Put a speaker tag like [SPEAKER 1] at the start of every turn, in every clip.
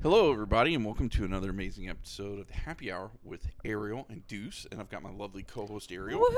[SPEAKER 1] Hello, everybody, and welcome to another amazing episode of the Happy Hour with Ariel and Deuce. And I've got my lovely co-host Ariel,
[SPEAKER 2] Woohoo!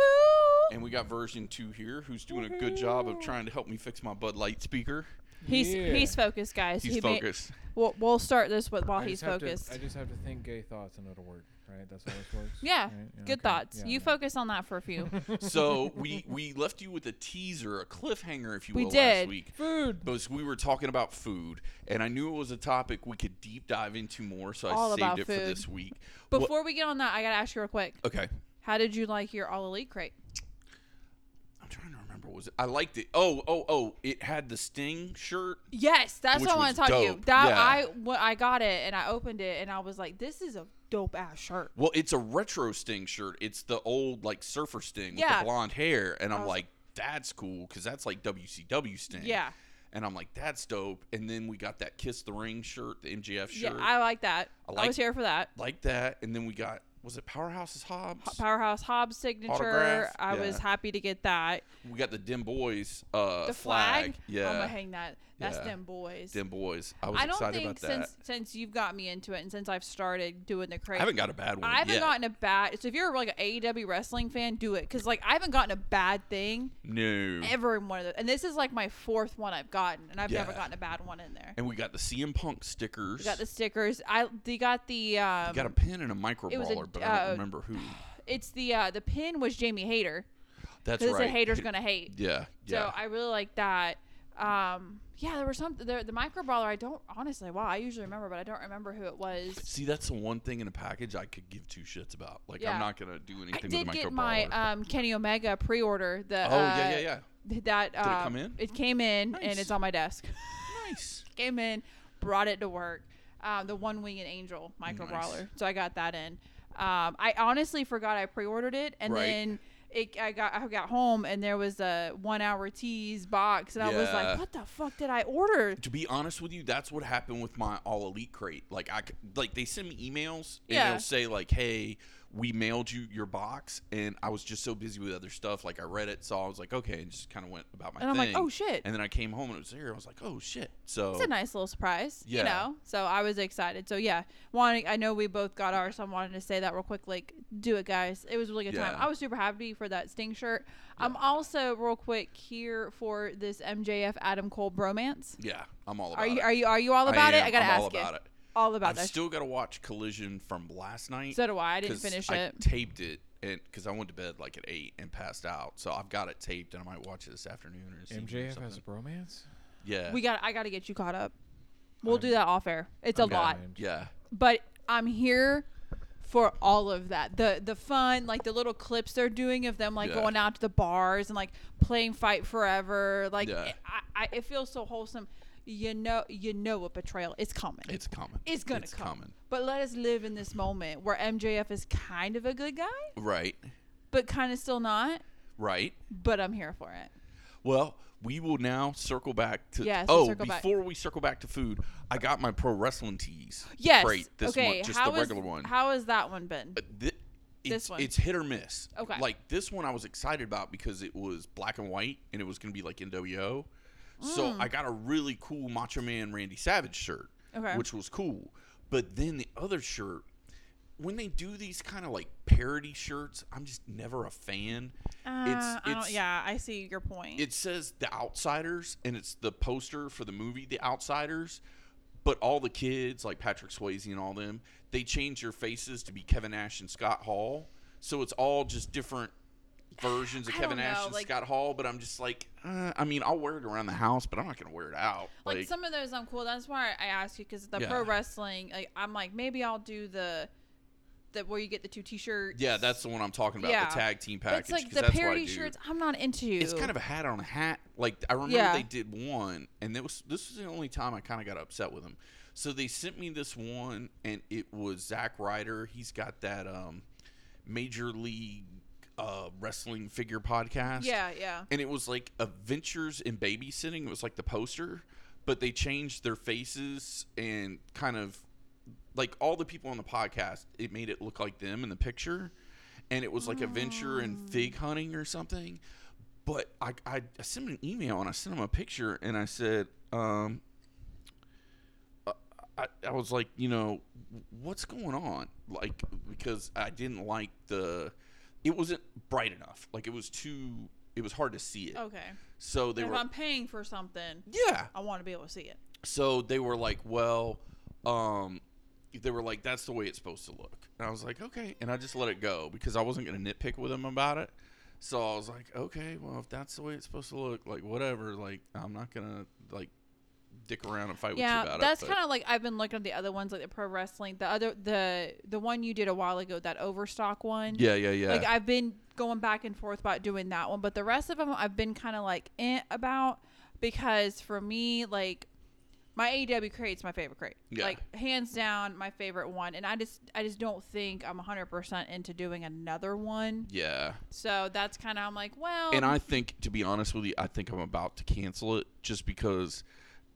[SPEAKER 1] and we got version two here, who's doing a good job of trying to help me fix my Bud Light speaker.
[SPEAKER 2] He's
[SPEAKER 3] Yeah.
[SPEAKER 2] he's focused, guys.
[SPEAKER 1] He's
[SPEAKER 2] He may-
[SPEAKER 1] focused.
[SPEAKER 2] we'll, we'll start this with while
[SPEAKER 3] I
[SPEAKER 2] he's
[SPEAKER 3] just have to-
[SPEAKER 2] focused.
[SPEAKER 3] I just have to think gay thoughts and it'll work, right? That's how this works.
[SPEAKER 2] yeah,
[SPEAKER 3] right?
[SPEAKER 2] good
[SPEAKER 3] okay.
[SPEAKER 2] thoughts.
[SPEAKER 3] Yeah,
[SPEAKER 2] you
[SPEAKER 3] yeah.
[SPEAKER 2] focus on that for a few.
[SPEAKER 1] so we we left you with a teaser, a cliffhanger, if you
[SPEAKER 2] We
[SPEAKER 1] will,
[SPEAKER 2] did.
[SPEAKER 1] last week.
[SPEAKER 3] food.
[SPEAKER 1] Because we were talking about food, and I knew it was a topic we could deep dive into more, so I
[SPEAKER 2] All
[SPEAKER 1] saved
[SPEAKER 2] about
[SPEAKER 1] it for
[SPEAKER 2] food.
[SPEAKER 1] this week. What-
[SPEAKER 2] Before we get on that, I gotta ask you real quick.
[SPEAKER 1] okay,
[SPEAKER 2] How did you like your all elite crate?
[SPEAKER 1] I'm trying to remember. what Was it? I liked it? Oh, oh, oh! It had the Sting shirt.
[SPEAKER 2] Yes, that's
[SPEAKER 1] Which
[SPEAKER 2] what I want
[SPEAKER 1] was
[SPEAKER 2] to talk to you.
[SPEAKER 1] dope.
[SPEAKER 2] That
[SPEAKER 1] Yeah.
[SPEAKER 2] I when I got it and I opened it and I was like, this is a dope ass shirt.
[SPEAKER 1] Well, it's a retro Sting shirt. It's the old like surfer Sting with
[SPEAKER 2] Yeah.
[SPEAKER 1] the blonde hair, and I'm
[SPEAKER 2] was
[SPEAKER 1] like, that's cool because that's like WCW Sting.
[SPEAKER 2] Yeah.
[SPEAKER 1] And I'm like, that's dope. And then we got that Kiss the Ring shirt, the MJF
[SPEAKER 2] Yeah,
[SPEAKER 1] shirt,
[SPEAKER 2] I like that. I,
[SPEAKER 1] like-
[SPEAKER 2] was here for that.
[SPEAKER 1] like that. And then we got was it Powerhouse's Hobbs?
[SPEAKER 2] Powerhouse Hobbs signature.
[SPEAKER 1] Autograph,
[SPEAKER 2] I
[SPEAKER 1] yeah.
[SPEAKER 2] was happy to get that.
[SPEAKER 1] we got the Dim Boys uh,
[SPEAKER 2] The flag.
[SPEAKER 1] Yeah,
[SPEAKER 2] I'm gonna hang that. That's
[SPEAKER 1] Yeah.
[SPEAKER 2] them boys.
[SPEAKER 1] Dim Boys. I was
[SPEAKER 2] I don't
[SPEAKER 1] excited
[SPEAKER 2] think
[SPEAKER 1] about that.
[SPEAKER 2] since since you've got me into it and since I've started doing the
[SPEAKER 1] I
[SPEAKER 2] crate,
[SPEAKER 1] haven't got a bad one.
[SPEAKER 2] I haven't
[SPEAKER 1] yet.
[SPEAKER 2] gotten a bad. So if you're like an AEW wrestling fan, do it because like I haven't gotten a bad thing
[SPEAKER 1] no.
[SPEAKER 2] ever in one of those. And this is like my fourth one I've gotten, and I've never
[SPEAKER 1] Yeah.
[SPEAKER 2] gotten a bad one in there.
[SPEAKER 1] and we got the CM Punk stickers.
[SPEAKER 2] We got the stickers. I they got the um,
[SPEAKER 1] We got a pin and a micro
[SPEAKER 2] it was a-
[SPEAKER 1] brawler, but I
[SPEAKER 2] uh,
[SPEAKER 1] don't remember who.
[SPEAKER 2] it's the uh, the pin was Jamie Hater
[SPEAKER 1] That's
[SPEAKER 2] because
[SPEAKER 1] right.
[SPEAKER 2] a hater's gonna hate.
[SPEAKER 1] Yeah. Yeah.
[SPEAKER 2] So I really like that. Um, yeah, there was something there, the micro brawler. I don't honestly. Wow, I usually remember, but I don't remember who it was.
[SPEAKER 1] See, that's the one thing in a package I could give two shits about. Like,
[SPEAKER 2] Yeah.
[SPEAKER 1] I'm not gonna do anything
[SPEAKER 2] I
[SPEAKER 1] with
[SPEAKER 2] did
[SPEAKER 1] a micro
[SPEAKER 2] get my uh,
[SPEAKER 1] brawler.
[SPEAKER 2] um, Kenny Omega pre-order. The
[SPEAKER 1] oh yeah, yeah, yeah.
[SPEAKER 2] yeah. That
[SPEAKER 1] it
[SPEAKER 2] um,
[SPEAKER 1] come in?
[SPEAKER 2] It came in,
[SPEAKER 1] Nice.
[SPEAKER 2] and it's on my desk.
[SPEAKER 1] Nice.
[SPEAKER 2] came in, brought it to work. Um, the one winged angel micro
[SPEAKER 1] Nice.
[SPEAKER 2] brawler. So I got that in. Um, I honestly forgot I pre-ordered it, and
[SPEAKER 1] Right.
[SPEAKER 2] then it I got I got home and there was a one hour tease box, and I was
[SPEAKER 1] Yeah.
[SPEAKER 2] like, what the fuck did I order?
[SPEAKER 1] To be honest with you, that's what happened with my all elite crate. Like I, c- like they send me emails and
[SPEAKER 2] Yeah.
[SPEAKER 1] they'll say like, "Hey, we mailed you your box," and I was just so busy with other stuff. Like I read it, so I was like, "Okay," and just kind of went about my
[SPEAKER 2] And I'm
[SPEAKER 1] thing.
[SPEAKER 2] like, oh shit.
[SPEAKER 1] And then I came home and it was there. I was like, "Oh shit!" So
[SPEAKER 2] It's a nice little surprise,
[SPEAKER 1] Yeah.
[SPEAKER 2] you know. So I was excited. So yeah, wanting I know we both got ours. So I wanted to say that real quick. Like, do it, guys. It was a really good time.
[SPEAKER 1] Yeah.
[SPEAKER 2] I was super happy for that Sting shirt. I'm also real quick here for this MJF Adam Cole bromance.
[SPEAKER 1] yeah, I'm all about
[SPEAKER 2] Are you
[SPEAKER 1] it.
[SPEAKER 2] are you are you all about it?
[SPEAKER 1] am.
[SPEAKER 2] I gotta
[SPEAKER 1] I'm
[SPEAKER 2] ask
[SPEAKER 1] all about
[SPEAKER 2] you.
[SPEAKER 1] it.
[SPEAKER 2] All about
[SPEAKER 1] I've
[SPEAKER 2] that.
[SPEAKER 1] still got to watch Collision from last night.
[SPEAKER 2] so do I. I didn't
[SPEAKER 1] 'cause
[SPEAKER 2] finish
[SPEAKER 1] I
[SPEAKER 2] it.
[SPEAKER 1] taped it and because I went to bed like at eight and passed out, so I've got it taped and I might watch it this afternoon or this evening or
[SPEAKER 3] MJF has a
[SPEAKER 1] something.
[SPEAKER 3] bromance.
[SPEAKER 1] Yeah,
[SPEAKER 2] we got. I gotta get you caught up. We'll
[SPEAKER 3] I'm-
[SPEAKER 2] do that off air. It's a
[SPEAKER 3] I'm
[SPEAKER 2] lot,
[SPEAKER 3] behind.
[SPEAKER 1] yeah,
[SPEAKER 2] but I'm here for all of that. The the fun, like the little clips they're doing of them, like
[SPEAKER 1] Yeah.
[SPEAKER 2] going out to the bars and like playing Fight Forever. Like
[SPEAKER 1] Yeah.
[SPEAKER 2] it, I, I, it feels so wholesome. You know, you know, a betrayal is coming.
[SPEAKER 1] it's common.
[SPEAKER 2] It's gonna
[SPEAKER 1] it's
[SPEAKER 2] come.
[SPEAKER 1] common.
[SPEAKER 2] but let us live in this moment where MJF is kind of a good guy,
[SPEAKER 1] Right,
[SPEAKER 2] but kind of still not.
[SPEAKER 1] right.
[SPEAKER 2] But I'm here for it.
[SPEAKER 1] Well, we will now circle back to.
[SPEAKER 2] Yes, we'll
[SPEAKER 1] oh,
[SPEAKER 2] circle back.
[SPEAKER 1] before we circle back to food, I got my pro wrestling tees.
[SPEAKER 2] Yes.
[SPEAKER 1] great. This
[SPEAKER 2] okay.
[SPEAKER 1] one, just
[SPEAKER 2] how
[SPEAKER 1] the
[SPEAKER 2] is-
[SPEAKER 1] regular one.
[SPEAKER 2] How has that one been?
[SPEAKER 1] Uh, thi- it's,
[SPEAKER 2] one.
[SPEAKER 1] It's hit or miss.
[SPEAKER 2] Okay.
[SPEAKER 1] Like this one, I was excited about because it was black and white, and it was going to be like NWO. So
[SPEAKER 2] Mm.
[SPEAKER 1] I got a really cool Macho Man Randy Savage shirt,
[SPEAKER 2] Okay.
[SPEAKER 1] which was cool. But then the other shirt, when they do these kind of like parody shirts, I'm just never a fan.
[SPEAKER 2] Uh, I don't, yeah, I see your point.
[SPEAKER 1] It says The Outsiders, and it's the poster for the movie The Outsiders. But all the kids, like Patrick Swayze and all them, they change their faces to be Kevin Nash and Scott Hall. So it's all just different versions of
[SPEAKER 2] I
[SPEAKER 1] Kevin
[SPEAKER 2] don't
[SPEAKER 1] Nash
[SPEAKER 2] know,
[SPEAKER 1] and
[SPEAKER 2] like-
[SPEAKER 1] Scott Hall. But I'm just like, uh, I mean, I'll wear it around the house, but I'm not gonna wear it out.
[SPEAKER 2] like,
[SPEAKER 1] Like,
[SPEAKER 2] some of those I'm cool. That's why I ask you because the
[SPEAKER 1] Yeah.
[SPEAKER 2] pro wrestling, like, I'm like maybe I'll do the, the where you get the two t-shirts.
[SPEAKER 1] yeah, that's the one I'm talking about,
[SPEAKER 2] Yeah.
[SPEAKER 1] the tag team package.
[SPEAKER 2] It's like
[SPEAKER 1] 'cause
[SPEAKER 2] the
[SPEAKER 1] that's what I
[SPEAKER 2] parody
[SPEAKER 1] do.
[SPEAKER 2] shirts. I'm not into.
[SPEAKER 1] It's kind of a hat on a hat. Like I remember
[SPEAKER 2] Yeah.
[SPEAKER 1] they did one, and that was this was the only time I kind of got upset with them. So they sent me this one, and it was Zack Ryder. He's got that um, major league uh, wrestling figure podcast.
[SPEAKER 2] yeah, yeah.
[SPEAKER 1] and it was like Adventures in Babysitting. It was like the poster, but they changed their faces and kind of like all the people on the podcast. It made it look like them in the picture, and it was like adventure and fig hunting or something but I, I, I sent him an email and I sent him a picture and I said, um, uh, I, I was like, you know, what's going on? Like, because I didn't like the, it wasn't bright enough. Like, it was too, it was hard to see it.
[SPEAKER 2] Okay.
[SPEAKER 1] So they
[SPEAKER 2] if
[SPEAKER 1] were,
[SPEAKER 2] I'm paying for something,
[SPEAKER 1] yeah.
[SPEAKER 2] I want to be able to see it.
[SPEAKER 1] So they were like, well, um, they were like, that's the way it's supposed to look. And I was like, okay. And I just let it go because I wasn't going to nitpick with them about it. So I was like, okay, well, if that's the way it's supposed to look, like, whatever. Like, I'm not going to, like, dick around and fight with you
[SPEAKER 2] Yeah,
[SPEAKER 1] about
[SPEAKER 2] that's
[SPEAKER 1] it.
[SPEAKER 2] kind of like I've been looking at the other ones, like the pro wrestling, the other the the one you did a while ago, that Overstock one.
[SPEAKER 1] Yeah, yeah, yeah.
[SPEAKER 2] Like I've been going back and forth about doing that one, but the rest of them I've been kind of like eh about because for me, like my AEW crate's my favorite crate.
[SPEAKER 1] Yeah.
[SPEAKER 2] Like hands down, my favorite one, and I just I just don't think I'm 100 percent into doing another one.
[SPEAKER 1] yeah.
[SPEAKER 2] So that's kind of I'm like, well,
[SPEAKER 1] and I think, to be honest with you, I think I'm about to cancel it just because,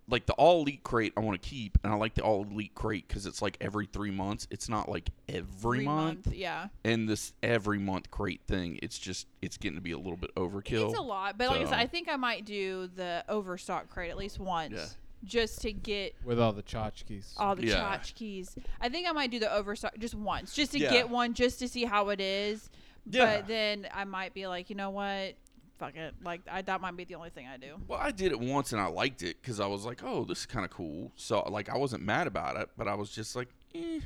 [SPEAKER 1] like, the all elite crate I want to keep, and I like the all elite crate because it's like every three months. It's not like every
[SPEAKER 2] three
[SPEAKER 1] month.
[SPEAKER 2] yeah,
[SPEAKER 1] And this every month crate thing, it's just it's getting to be a little bit overkill.
[SPEAKER 2] It's a lot, but like I
[SPEAKER 1] So-
[SPEAKER 2] said, I think I might do the overstock crate at least once,
[SPEAKER 1] Yeah.
[SPEAKER 2] just to get
[SPEAKER 3] with all the tchotchkes.
[SPEAKER 2] all the
[SPEAKER 1] Yeah.
[SPEAKER 2] tchotchkes. I think I might do the overstock just once, just to
[SPEAKER 1] Yeah.
[SPEAKER 2] get one, just to see how it is.
[SPEAKER 1] Yeah.
[SPEAKER 2] But then I might be like, you know what? Fuck it. Like I, that might be the only thing I do.
[SPEAKER 1] Well, I did it once and I liked it because I was like, oh, this is kind of cool. So, like, I wasn't mad about it, but I was just like, eh.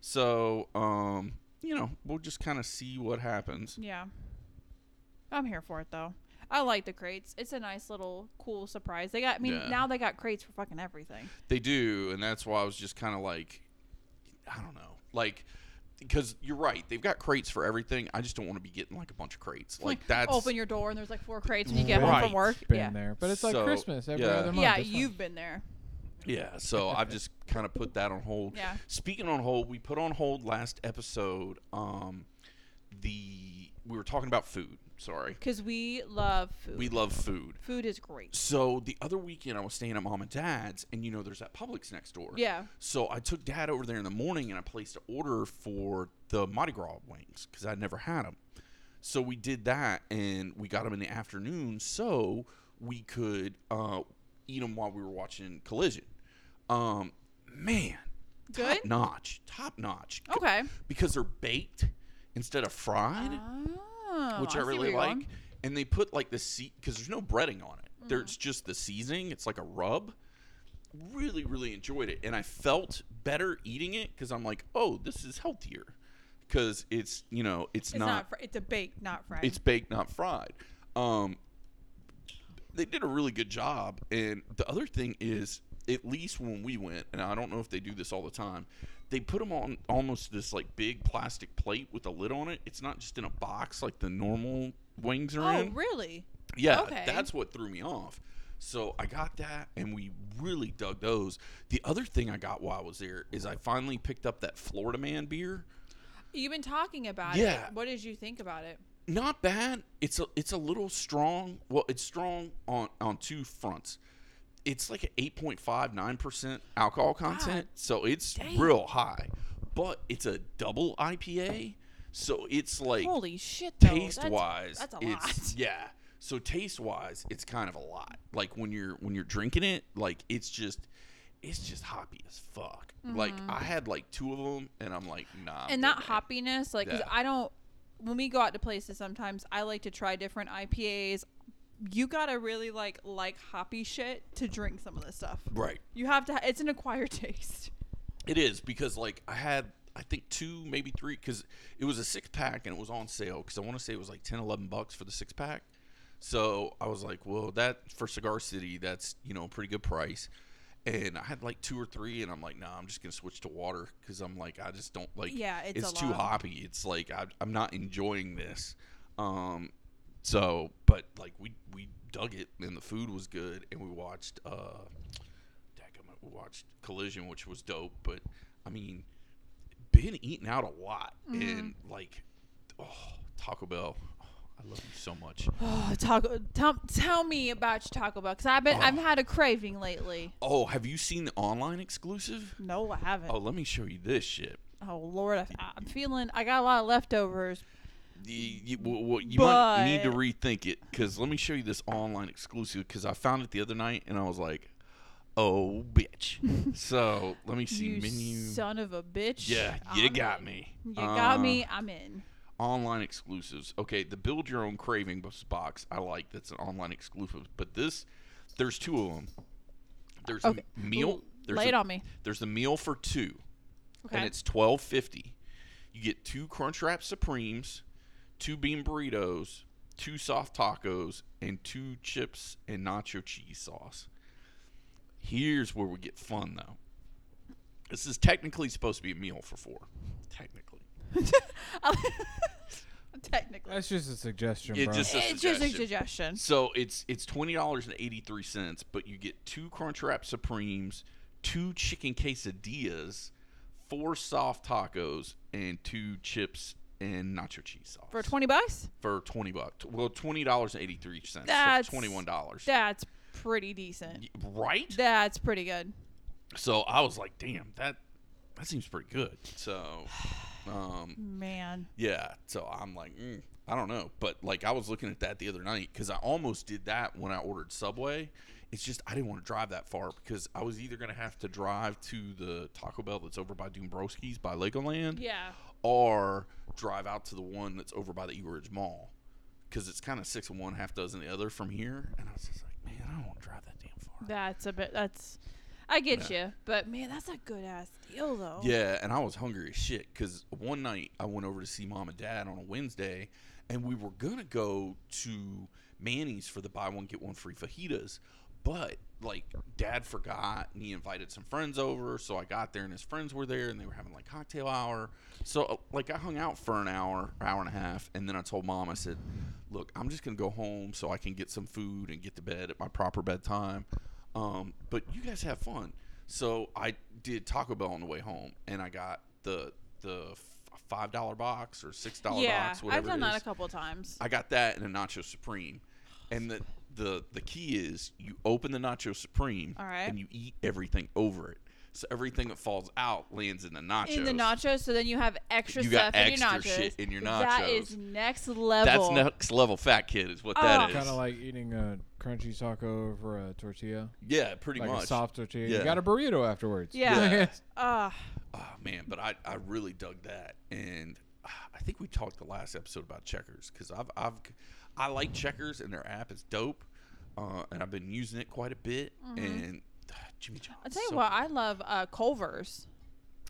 [SPEAKER 1] So, um, you know, we'll just kind of see what happens.
[SPEAKER 2] Yeah, I'm here for it though. I like the crates. It's a nice little cool surprise. They got. I mean,
[SPEAKER 1] Yeah.
[SPEAKER 2] now they got crates for fucking everything.
[SPEAKER 1] They do, and that's why I was just kind of like, I don't know, like, because you're right, they've got crates for everything. I just don't want to be getting like a bunch of crates. Like that's
[SPEAKER 2] open your door and there's like four crates when you get home
[SPEAKER 1] Right.
[SPEAKER 2] from work.
[SPEAKER 3] been
[SPEAKER 2] yeah.
[SPEAKER 3] there, but it's like
[SPEAKER 1] So,
[SPEAKER 3] Christmas every
[SPEAKER 1] yeah.
[SPEAKER 3] other month.
[SPEAKER 2] Yeah,
[SPEAKER 3] it's fine.
[SPEAKER 2] you've been there.
[SPEAKER 1] yeah. So I've just kind of put that on hold.
[SPEAKER 2] Yeah.
[SPEAKER 1] Speaking on hold, we put on hold last episode. Um, the we were talking about food. Sorry,
[SPEAKER 2] Because we love food.
[SPEAKER 1] we love food.
[SPEAKER 2] food is great.
[SPEAKER 1] So the other weekend, I was staying at mom and dad's, and you know, there's that Publix next door.
[SPEAKER 2] Yeah.
[SPEAKER 1] So I took dad over there in the morning and I placed an order for the Mardi Gras wings because I'd never had them. So we did that and we got them in the afternoon so we could uh, eat them while we were watching Collision. Um, man,
[SPEAKER 2] Good?
[SPEAKER 1] top notch, top notch.
[SPEAKER 2] Okay.
[SPEAKER 1] Because they're baked instead of fried
[SPEAKER 2] Oh,
[SPEAKER 1] which I,
[SPEAKER 2] I see where
[SPEAKER 1] really
[SPEAKER 2] you're
[SPEAKER 1] like.
[SPEAKER 2] going.
[SPEAKER 1] And they put like the sea because there's no breading on it.
[SPEAKER 2] Mm.
[SPEAKER 1] There's just the seasoning. It's like a rub. Really, really enjoyed it, and I felt better eating it because I'm like, oh, this is healthier because it's you know it's,
[SPEAKER 2] It's not. fr- it's a baked, not fried.
[SPEAKER 1] it's baked, not fried. Um, they did a really good job. And the other thing is, at least when we went, and I don't know if they do this all the time, they put them on almost this like big plastic plate with a lid on it. It's not just in a box like the normal wings are
[SPEAKER 2] oh,
[SPEAKER 1] in.
[SPEAKER 2] really?
[SPEAKER 1] Yeah,
[SPEAKER 2] Okay.
[SPEAKER 1] that's what threw me off. So I got that, and we really dug those. The other thing I got while I was there is I finally picked up that Florida Man beer.
[SPEAKER 2] You've been talking about
[SPEAKER 1] Yeah.
[SPEAKER 2] it. What did you think about it?
[SPEAKER 1] not bad. It's a it's a little strong. Well, it's strong on on two fronts. It's like an 8.59 percent alcohol content, so it's real high. But it's a double IPA, so it's like
[SPEAKER 2] Holy shit, though. That's-
[SPEAKER 1] taste wise,
[SPEAKER 2] That's, a lot.
[SPEAKER 1] it's yeah. So taste wise, it's kind of a lot. Like when you're when you're drinking it, like it's just it's just hoppy as fuck. Like I had like two of them, and I'm like, nah. I'm
[SPEAKER 2] Mm-hmm. and
[SPEAKER 1] good,
[SPEAKER 2] that
[SPEAKER 1] man.
[SPEAKER 2] hoppiness, like, 'cause
[SPEAKER 1] Yeah.
[SPEAKER 2] I don't. When we go out to places, sometimes I like to try different IPAs. You gotta really like like hoppy shit to drink some of this stuff.
[SPEAKER 1] right?
[SPEAKER 2] You have to. It's an acquired taste.
[SPEAKER 1] It is because like I had I think two maybe three because it was a six pack and it was on sale because I want to say it was like 10, 11 bucks for the six pack. So I was like, well, that for Cigar City, that's you know a pretty good price. And I had like two or three, and I'm like, nah, I'm just gonna switch to water because I'm like, I just don't like.
[SPEAKER 2] Yeah, it's a
[SPEAKER 1] too
[SPEAKER 2] lot.
[SPEAKER 1] hoppy. It's like I, I'm not enjoying this. Um, so but like we we dug it, and the food was good, and we watched uh, Daggummit, we watched Collision, which was dope. But I mean, been eating out a lot,
[SPEAKER 2] Mm-hmm.
[SPEAKER 1] and like, oh, Taco Bell, Oh, I love you so much.
[SPEAKER 2] Oh, Taco, tell, tell me about your Taco Bell because I've been I've had a craving lately.
[SPEAKER 1] Oh, have you seen the online exclusive?
[SPEAKER 2] No, I haven't.
[SPEAKER 1] Oh,
[SPEAKER 2] Oh,
[SPEAKER 1] let me show you this shit.
[SPEAKER 2] Lord, I, I'm feeling I got a lot of leftovers.
[SPEAKER 1] You, you, well, well, you might need to
[SPEAKER 2] But-
[SPEAKER 1] rethink it because let me show you this online exclusive because I found it the other night and I was like, oh bitch. so let me see
[SPEAKER 2] you
[SPEAKER 1] menu.
[SPEAKER 2] son of a bitch.
[SPEAKER 1] yeah, you
[SPEAKER 2] I'm
[SPEAKER 1] got
[SPEAKER 2] in.
[SPEAKER 1] me.
[SPEAKER 2] You got
[SPEAKER 1] Uh,
[SPEAKER 2] me. I'm in.
[SPEAKER 1] Online exclusives. Okay, the build your own craving bus- box. I like that's an online exclusive, but this there's two of them. There's
[SPEAKER 2] Okay.
[SPEAKER 1] a meal.
[SPEAKER 2] Ooh,
[SPEAKER 1] There's
[SPEAKER 2] Lay
[SPEAKER 1] a,
[SPEAKER 2] it on me.
[SPEAKER 1] There's a meal for two.
[SPEAKER 2] Okay.
[SPEAKER 1] and it's twelve fifty. You get two Crunchwrap Supremes, two bean burritos, two soft tacos, and two chips and nacho cheese sauce. Here's where we get fun though. This is technically supposed to be a meal for four. Technically,
[SPEAKER 2] Technically.
[SPEAKER 3] That's just a suggestion,
[SPEAKER 1] It
[SPEAKER 3] bro.
[SPEAKER 1] just- a
[SPEAKER 2] It's just a
[SPEAKER 1] suggestion.
[SPEAKER 2] suggestion.
[SPEAKER 1] so it's it's twenty dollars and eighty three cents, but you get two Crunchwrap Supremes, two chicken quesadillas, four soft tacos, and two chips and nacho cheese sauce
[SPEAKER 2] For 20 bucks?
[SPEAKER 1] for twenty bucks. Well, twenty dollars and eighty three cents.
[SPEAKER 2] That's-
[SPEAKER 1] twenty one dollars,
[SPEAKER 2] That's pretty decent.
[SPEAKER 1] right?
[SPEAKER 2] That's pretty good.
[SPEAKER 1] So I was like, damn, that that seems pretty good. So, um,
[SPEAKER 2] Man.
[SPEAKER 1] yeah. So I'm like, mm, I don't know, but like I was looking at that the other night because I almost did that when I ordered Subway. It's just I didn't want to drive that far because I was either gonna have to drive to the Taco Bell that's over by Doombrowski's by Legoland,
[SPEAKER 2] Yeah.
[SPEAKER 1] or drive out to the one that's over by the Eagle Ridge Mall because it's kind of six of one, half dozen of the other from here. And I was just like, man, I don't want to drive that damn far.
[SPEAKER 2] That's a bit. That's. I get you, but man, that's a good ass deal though.
[SPEAKER 1] Yeah, and I was hungry as shit because one night I went over to see mom and dad on a Wednesday, and we were gonna go to Manny's for the buy one get one free fajitas, but like dad forgot and he invited some friends over, so I got there and his friends were there and they were having like cocktail hour. So uh, like I hung out for an hour, hour and a half, and then I told mom I said, "Look, I'm just gonna go home so I can get some food and get to bed at my proper bedtime." Um, but you guys have fun. So I did Taco Bell on the way home, and I got the the f- five dollar box or six dollar
[SPEAKER 2] Yeah,
[SPEAKER 1] box,
[SPEAKER 2] I've
[SPEAKER 1] whatever
[SPEAKER 2] done
[SPEAKER 1] it
[SPEAKER 2] that
[SPEAKER 1] is.
[SPEAKER 2] a couple of times.
[SPEAKER 1] I got that and a Nacho Supreme, and the the the key is you open the Nacho Supreme,
[SPEAKER 2] All right.
[SPEAKER 1] and you eat everything over it. So everything that falls out lands in the nachos.
[SPEAKER 2] in the nachos, so then you have extra
[SPEAKER 1] You
[SPEAKER 2] stuff
[SPEAKER 1] got
[SPEAKER 2] in your nachos.
[SPEAKER 1] extra shit in your
[SPEAKER 2] That
[SPEAKER 1] nachos.
[SPEAKER 2] is next
[SPEAKER 1] That's
[SPEAKER 2] level.
[SPEAKER 1] next level fat kid is what
[SPEAKER 2] Oh.
[SPEAKER 1] that is.
[SPEAKER 3] kind of like eating a crunchy taco over a tortilla,
[SPEAKER 1] yeah, pretty
[SPEAKER 3] like
[SPEAKER 1] much.
[SPEAKER 3] a soft tortilla.
[SPEAKER 1] Yeah.
[SPEAKER 3] You got a burrito afterwards.
[SPEAKER 2] Yeah.
[SPEAKER 1] Yeah.
[SPEAKER 2] Ah,
[SPEAKER 1] Oh man, but I, I really dug that, and ah, I think we talked the last episode about Checkers because I've I've I like Checkers and their app is dope, uh, and I've been using it quite a bit. And ah, Jimmy John's.
[SPEAKER 2] I Mm-hmm. tell you
[SPEAKER 1] so
[SPEAKER 2] what, I love uh, Culver's.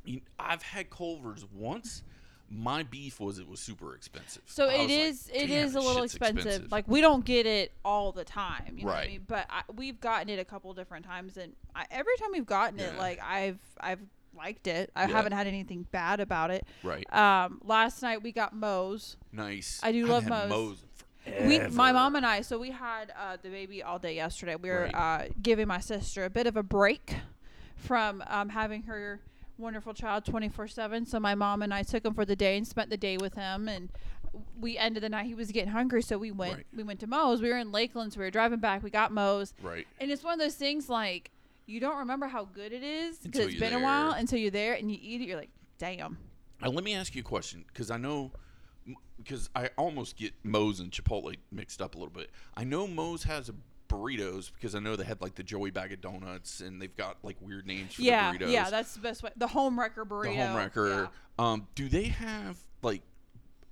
[SPEAKER 1] You- I've had Culver's once. My beef was it was super expensive.
[SPEAKER 2] So
[SPEAKER 1] I
[SPEAKER 2] it
[SPEAKER 1] was like,
[SPEAKER 2] is it
[SPEAKER 1] "Damn,
[SPEAKER 2] is a
[SPEAKER 1] this
[SPEAKER 2] little
[SPEAKER 1] shit's
[SPEAKER 2] expensive. Like we don't get it all the time, you know what I
[SPEAKER 1] Right.
[SPEAKER 2] mean? But I, we've gotten it a couple different times, and I, every time we've gotten it,
[SPEAKER 1] Yeah.
[SPEAKER 2] like I've I've liked it. I
[SPEAKER 1] Yeah.
[SPEAKER 2] haven't had anything bad about it.
[SPEAKER 1] right,
[SPEAKER 2] Um, last night we got Moe's.
[SPEAKER 1] nice.
[SPEAKER 2] I do
[SPEAKER 1] I've
[SPEAKER 2] love
[SPEAKER 1] had
[SPEAKER 2] Moe's.
[SPEAKER 1] Moe's
[SPEAKER 2] We, my
[SPEAKER 1] forever.
[SPEAKER 2] mom and I, so we had uh, the baby all day yesterday. We were
[SPEAKER 1] Right.
[SPEAKER 2] uh, giving my sister a bit of a break from um, having her wonderful child 24 7. So my mom and I took him for the day and spent the day with him. And we ended the night. He was getting hungry, so we went.
[SPEAKER 1] Right.
[SPEAKER 2] We went to Moe's. We were in Lakeland, so we were driving back. We got Moe's,
[SPEAKER 1] Right.
[SPEAKER 2] and it's one of those things like you don't remember how good it is
[SPEAKER 1] Until
[SPEAKER 2] because it's
[SPEAKER 1] you're
[SPEAKER 2] been
[SPEAKER 1] there.
[SPEAKER 2] a while until you're there and you eat it. You're like, damn.
[SPEAKER 1] Now, let me ask you a question because I know because I almost get Moe's and Chipotle mixed up a little bit. I know Moe's has burritos because I know they had like the Joey bag of donuts and they've got like weird names for
[SPEAKER 2] Yeah,
[SPEAKER 1] the burritos.
[SPEAKER 2] yeah, that's the best way. The home wrecker burrito.
[SPEAKER 1] the home
[SPEAKER 2] yeah.
[SPEAKER 1] wrecker. Um, do they have like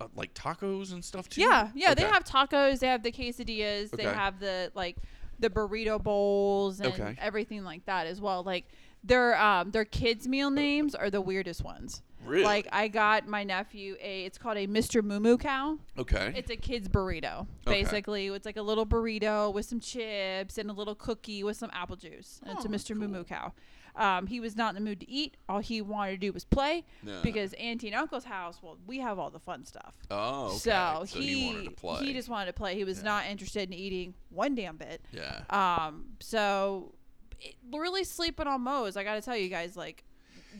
[SPEAKER 1] uh, like tacos and stuff too?
[SPEAKER 2] Yeah, yeah. They
[SPEAKER 1] Okay.
[SPEAKER 2] have tacos. They have the quesadillas. They
[SPEAKER 1] Okay.
[SPEAKER 2] have the like the burrito bowls and
[SPEAKER 1] Okay.
[SPEAKER 2] everything like that as well. Like their um their kids meal names are the weirdest ones.
[SPEAKER 1] Really?
[SPEAKER 2] Like I got my nephew a it's called a Mr. Moo Moo Cow.
[SPEAKER 1] okay.
[SPEAKER 2] It's a kid's burrito.
[SPEAKER 1] Okay.
[SPEAKER 2] Basically, it's like a little burrito with some chips and a little cookie with some apple juice. And
[SPEAKER 1] Oh,
[SPEAKER 2] it's a Mr. Moo
[SPEAKER 1] cool.
[SPEAKER 2] Moo Cow. Um, he was not in the mood to eat. All he wanted to do was play
[SPEAKER 1] Yeah.
[SPEAKER 2] because auntie and uncle's house, well, we have all the fun stuff.
[SPEAKER 1] oh, okay.
[SPEAKER 2] So, he
[SPEAKER 1] he wanted to play.
[SPEAKER 2] he just wanted to play. He was
[SPEAKER 1] Yeah.
[SPEAKER 2] not interested in eating one damn bit.
[SPEAKER 1] yeah.
[SPEAKER 2] Um, so it, really sleeping on Moe's. I got to tell you guys, like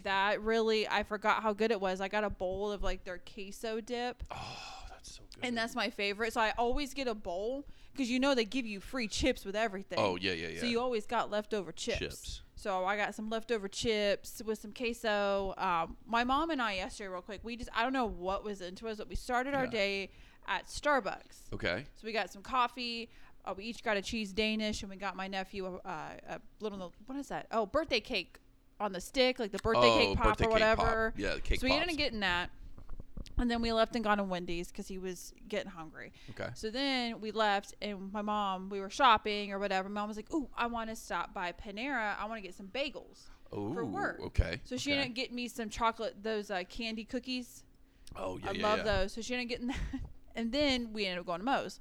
[SPEAKER 2] that really, I forgot how good it was. I got a bowl of like their queso dip,
[SPEAKER 1] oh, that's so good.
[SPEAKER 2] and that's my favorite. So I always get a bowl because you know they give you free chips with everything.
[SPEAKER 1] oh yeah yeah yeah.
[SPEAKER 2] So you always got leftover chips.
[SPEAKER 1] Chips.
[SPEAKER 2] So I got some leftover chips with some queso. Um, my mom and I yesterday, real quick, we just I don't know what was into us, but we started our
[SPEAKER 1] Yeah.
[SPEAKER 2] day at Starbucks.
[SPEAKER 1] okay.
[SPEAKER 2] So we got some coffee. Uh, we each got a cheese Danish, and we got my nephew a, uh, a little what is that? Oh, birthday cake on the stick, like the birthday
[SPEAKER 1] oh,
[SPEAKER 2] cake pop
[SPEAKER 1] birthday
[SPEAKER 2] or
[SPEAKER 1] cake pop.
[SPEAKER 2] whatever.
[SPEAKER 1] Yeah, the cake
[SPEAKER 2] so we
[SPEAKER 1] pops.
[SPEAKER 2] ended up getting that, and then we left and gone to Wendy's because he was getting hungry.
[SPEAKER 1] okay.
[SPEAKER 2] So then we left, and my mom, we were shopping or whatever. Mom was like, "Ooh, I want to stop by Panera. I want to get some bagels."
[SPEAKER 1] Oh,
[SPEAKER 2] work.
[SPEAKER 1] okay.
[SPEAKER 2] So she
[SPEAKER 1] okay.
[SPEAKER 2] ended up getting me some chocolate, those uh, candy cookies.
[SPEAKER 1] Oh yeah,
[SPEAKER 2] I
[SPEAKER 1] yeah,
[SPEAKER 2] love
[SPEAKER 1] yeah.
[SPEAKER 2] those. So she ended up getting that, and then we ended up going to Moe's.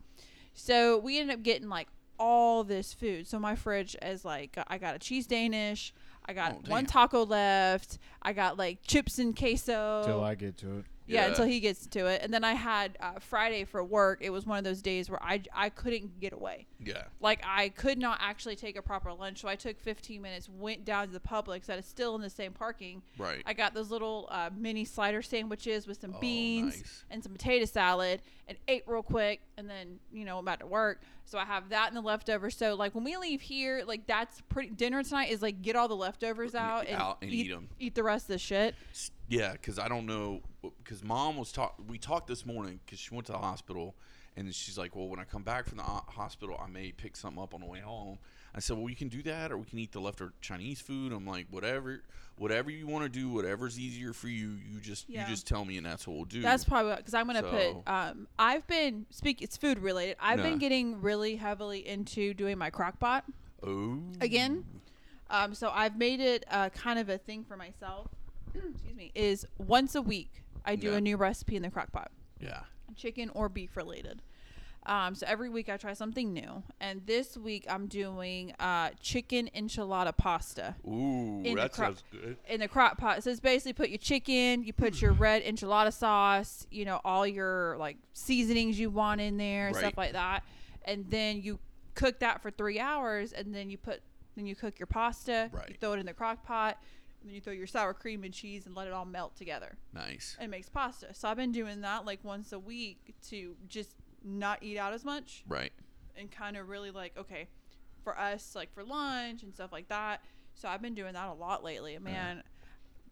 [SPEAKER 2] So we ended up getting like all this food. So my fridge is like I got a cheese Danish, I got
[SPEAKER 1] Oh,
[SPEAKER 2] one
[SPEAKER 1] damn.
[SPEAKER 2] taco left, I got like chips and queso.
[SPEAKER 3] Till I get to it.
[SPEAKER 2] Yeah,
[SPEAKER 1] Yeah.
[SPEAKER 2] until he gets to it. And then I had uh, Friday for work. It was one of those days where I, I couldn't get away.
[SPEAKER 1] Yeah.
[SPEAKER 2] Like, I could not actually take a proper lunch. So I took 15 minutes, went down to the Publix that is still in the same parking.
[SPEAKER 1] Right.
[SPEAKER 2] I got those little uh, mini slider sandwiches with some
[SPEAKER 1] Oh,
[SPEAKER 2] beans
[SPEAKER 1] nice.
[SPEAKER 2] and some potato salad and ate real quick. And then, you know, I'm about to work. So I have that in the leftovers. So, like, when we leave here, like, that's pretty dinner tonight is like get all the leftovers out and,
[SPEAKER 1] Out and eat 'em.
[SPEAKER 2] Eat the rest of the shit.
[SPEAKER 1] S- Yeah, because I don't know. Because mom was talk. We talked this morning because she went to the hospital, and then she's like, "Well, when I come back from the ho- hospital, I may pick something up on the way home." I said, "Well, we can do that, or we can eat the leftover Chinese food." I'm like, "Whatever, whatever you want to do, whatever's easier for you. You just,
[SPEAKER 2] Yeah.
[SPEAKER 1] you just tell me, and that's what we'll do."
[SPEAKER 2] That's probably because I'm gonna
[SPEAKER 1] So-
[SPEAKER 2] put. Um, I've been speak. It's food related. I've
[SPEAKER 1] Nah.
[SPEAKER 2] been getting really heavily into doing my crock pot
[SPEAKER 1] oh,
[SPEAKER 2] again. Um, so I've made it uh, kind of a thing for myself. excuse me. Is once a week I do
[SPEAKER 1] Yeah.
[SPEAKER 2] a new recipe in the crock pot,
[SPEAKER 1] yeah,
[SPEAKER 2] chicken or beef related. Um, so every week I try something new, and this week I'm doing uh, chicken enchilada pasta
[SPEAKER 1] ooh,
[SPEAKER 2] the
[SPEAKER 1] that
[SPEAKER 2] crock-
[SPEAKER 1] sounds good.
[SPEAKER 2] in the crock pot. So it's basically put your chicken, you put your red enchilada sauce, you know, all your like seasonings you want in there, stuff
[SPEAKER 1] Right.
[SPEAKER 2] like that. And then you cook that for three hours and then you put then you cook your pasta, you
[SPEAKER 1] Right.
[SPEAKER 2] throw it in the crock pot, and then you throw your sour cream and cheese and let it all melt together.
[SPEAKER 1] Nice.
[SPEAKER 2] And it makes pasta. So I've been doing that like once a week to just not eat out as much
[SPEAKER 1] Right.
[SPEAKER 2] and kind of really like okay for us like for lunch and stuff like that so i've been doing that a lot
[SPEAKER 1] Uh-huh.
[SPEAKER 2] lately man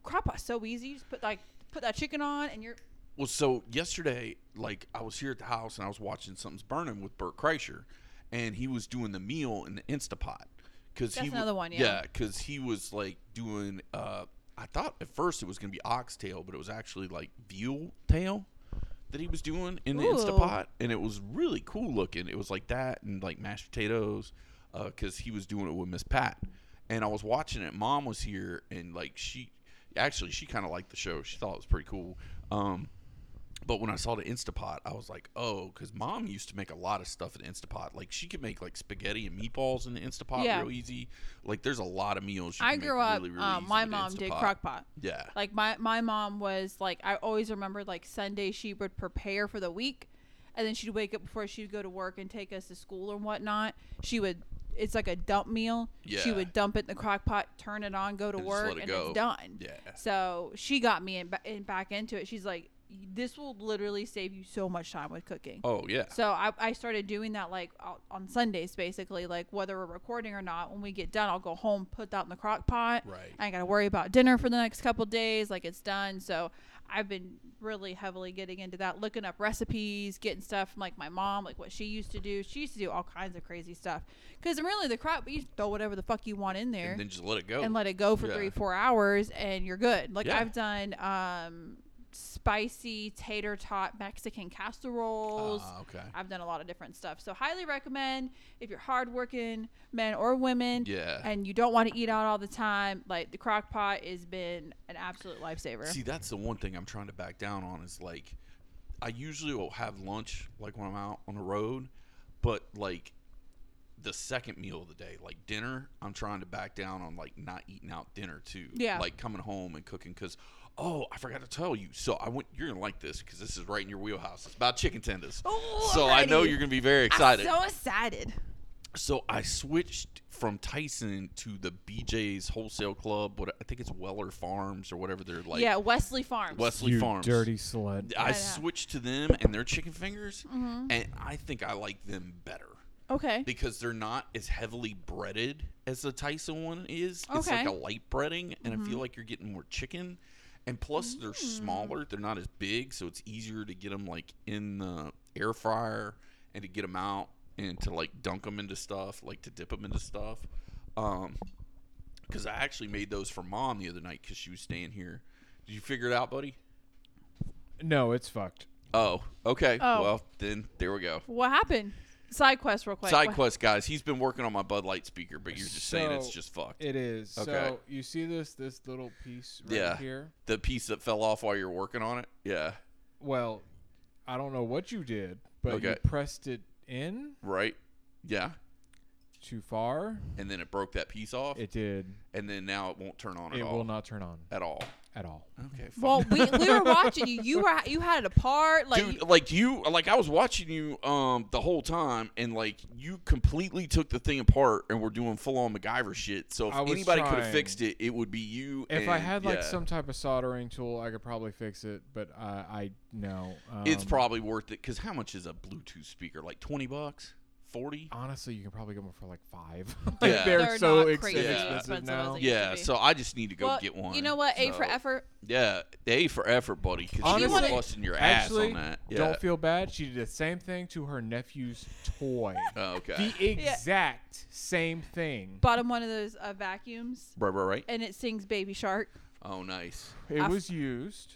[SPEAKER 2] crop pot's so easy just put like put that chicken on and you're
[SPEAKER 1] Well, so yesterday, like I was here at the house and I was watching something's burning with Bert Kreischer, and he was doing the meal in the Instapot because
[SPEAKER 2] That's
[SPEAKER 1] he wa-
[SPEAKER 2] another one, yeah.
[SPEAKER 1] because he was like doing. Uh, I thought at first it was gonna be oxtail, but it was actually like veal tail that he was doing in the
[SPEAKER 2] Ooh.
[SPEAKER 1] Instapot, and it was really cool looking. It was like that and like mashed potatoes, because he was doing it with Miss Pat, and I was watching it. Mom was here, and like she actually she kind of liked the show. She thought it was pretty cool. Um, but when I saw the Instapot, I was like, oh, because mom used to make a lot of stuff in Instapot. Like she could make like spaghetti and meatballs in the Instapot
[SPEAKER 2] Yeah.
[SPEAKER 1] real easy. Like there's a lot of meals. You
[SPEAKER 2] i
[SPEAKER 1] can make
[SPEAKER 2] grew up
[SPEAKER 1] really, really
[SPEAKER 2] um,
[SPEAKER 1] easy
[SPEAKER 2] my
[SPEAKER 1] with
[SPEAKER 2] mom did
[SPEAKER 1] Instapot.
[SPEAKER 2] crock pot
[SPEAKER 1] Yeah.
[SPEAKER 2] like my my mom was like i always remember like sunday she would prepare for the week and then she'd wake up before she'd go to work and take us to school or whatnot she would it's like a dump meal she
[SPEAKER 1] Yeah.
[SPEAKER 2] would dump it in the crock pot turn it on go to
[SPEAKER 1] And just let
[SPEAKER 2] work
[SPEAKER 1] it
[SPEAKER 2] and
[SPEAKER 1] go.
[SPEAKER 2] it's done
[SPEAKER 1] Yeah.
[SPEAKER 2] So she got me in, ba- in back into it. She's like, this will literally save you so much time with cooking.
[SPEAKER 1] Oh yeah.
[SPEAKER 2] So I, I started doing that like out- on Sundays, basically, like whether we're recording or not. When we get done, I'll go home, put that in the crock pot.
[SPEAKER 1] Right.
[SPEAKER 2] I ain't got to worry about dinner for the next couple days. Like it's done. So I've been really heavily getting into that, looking up recipes, getting stuff from like my mom, like what she used to do. She used to do all kinds of crazy stuff. Because really, the crock, you throw whatever the fuck you want in there
[SPEAKER 1] And then just let it go.
[SPEAKER 2] and let it go for
[SPEAKER 1] Yeah.
[SPEAKER 2] three four hours and you're good like
[SPEAKER 1] Yeah.
[SPEAKER 2] i've done um spicy tater tot mexican casseroles
[SPEAKER 1] Ah, okay.
[SPEAKER 2] i've done a lot of different stuff so highly recommend if you're hardworking men or women
[SPEAKER 1] Yeah.
[SPEAKER 2] and you don't want to eat out all the time like the crock pot has been an absolute lifesaver
[SPEAKER 1] See, that's the one thing I'm trying to back down on is like, I usually will have lunch like when I'm out on the road, but like the second meal of the day, like dinner, I'm trying to back down on like not eating out dinner too.
[SPEAKER 2] Yeah.
[SPEAKER 1] Like coming home and cooking because. Oh, I forgot to tell you. So I went. You're gonna like this because this is right in your wheelhouse. It's about chicken tenders.
[SPEAKER 2] Oh,
[SPEAKER 1] so I know
[SPEAKER 2] alrighty.
[SPEAKER 1] you're gonna be very excited.
[SPEAKER 2] I'm so excited
[SPEAKER 1] So I switched from Tyson to the BJ's Wholesale Club. What I think it's Weller Farms or whatever they're like.
[SPEAKER 2] yeah wesley farms
[SPEAKER 1] Wesley
[SPEAKER 3] You
[SPEAKER 1] Farms.
[SPEAKER 3] dirty slut.
[SPEAKER 1] I
[SPEAKER 2] Yeah. Mm-hmm.
[SPEAKER 1] switched to them and their chicken fingers, and I think I like them better
[SPEAKER 2] okay
[SPEAKER 1] because they're not as heavily breaded as the Tyson one is. It's like
[SPEAKER 2] Okay. Mm-hmm.
[SPEAKER 1] a light breading, and I feel like you're getting more chicken. And plus, they're
[SPEAKER 2] Mm.
[SPEAKER 1] smaller; they're not as big, so it's easier to get them like in the air fryer and to get them out and to like dunk them into stuff, like to dip them into stuff. Um, because I actually made those for mom the other night because she was staying here. Did you figure it out, buddy?
[SPEAKER 3] No, it's fucked.
[SPEAKER 1] Oh, okay.
[SPEAKER 2] Oh.
[SPEAKER 1] Well, then there we go.
[SPEAKER 2] What happened? Side quest, real quick.
[SPEAKER 1] Side
[SPEAKER 2] What-
[SPEAKER 1] quest, guys. He's been working on my Bud Light speaker, but you're just saying it's
[SPEAKER 3] So,
[SPEAKER 1] just fucked.
[SPEAKER 3] It is.
[SPEAKER 1] Okay.
[SPEAKER 3] So you see this this little piece right
[SPEAKER 1] Yeah.
[SPEAKER 3] here?
[SPEAKER 1] the piece that fell off while you're working on it. Yeah.
[SPEAKER 3] Well, I don't know what you did, but you
[SPEAKER 1] Okay.
[SPEAKER 3] pressed it in
[SPEAKER 1] Right. Yeah.
[SPEAKER 3] too far.
[SPEAKER 1] And then it broke that piece off,
[SPEAKER 3] It did.
[SPEAKER 1] and then now it won't turn on at
[SPEAKER 3] It
[SPEAKER 1] all.
[SPEAKER 3] will not turn on
[SPEAKER 1] at all.
[SPEAKER 3] at all.
[SPEAKER 1] Okay. Fuck.
[SPEAKER 2] Well, we, we were watching you. You were you had it apart. Like
[SPEAKER 1] Dude, like you, like I was watching you um the whole time, and like you completely took the thing apart, and we're doing full on MacGyver shit. So if
[SPEAKER 3] I was
[SPEAKER 1] anybody could have
[SPEAKER 3] trying.
[SPEAKER 1] fixed it, it would be you.
[SPEAKER 3] If I
[SPEAKER 1] and-
[SPEAKER 3] had like
[SPEAKER 1] yeah.
[SPEAKER 3] some type of soldering tool, I could probably fix it, but I, I no. Um,
[SPEAKER 1] it's probably worth it. Cause how much is a Bluetooth speaker? Like twenty bucks, forty?
[SPEAKER 2] Oh,
[SPEAKER 3] honestly you can probably get one for like five.
[SPEAKER 1] Yeah.
[SPEAKER 3] Like, they're,
[SPEAKER 2] They're
[SPEAKER 3] so
[SPEAKER 2] not
[SPEAKER 3] ex-
[SPEAKER 2] crazy
[SPEAKER 3] expensive,
[SPEAKER 2] expensive as
[SPEAKER 3] now.
[SPEAKER 2] they used
[SPEAKER 1] Yeah.
[SPEAKER 2] to be.
[SPEAKER 1] So I just need to go
[SPEAKER 2] well,
[SPEAKER 1] get one.
[SPEAKER 2] You know what? A for
[SPEAKER 1] So-
[SPEAKER 2] effort.
[SPEAKER 1] Yeah, A for effort, buddy. Because you
[SPEAKER 3] Honestly-
[SPEAKER 1] was busting your
[SPEAKER 3] Actually,
[SPEAKER 1] ass on that. Yeah.
[SPEAKER 3] don't feel bad. She did the same thing to her nephew's toy.
[SPEAKER 1] oh, okay.
[SPEAKER 3] the exact same thing.
[SPEAKER 2] Bought him one of those uh, vacuums,
[SPEAKER 1] right, right, right.
[SPEAKER 2] and it sings Baby Shark.
[SPEAKER 1] Oh, nice.
[SPEAKER 3] It
[SPEAKER 2] I f-
[SPEAKER 3] was used,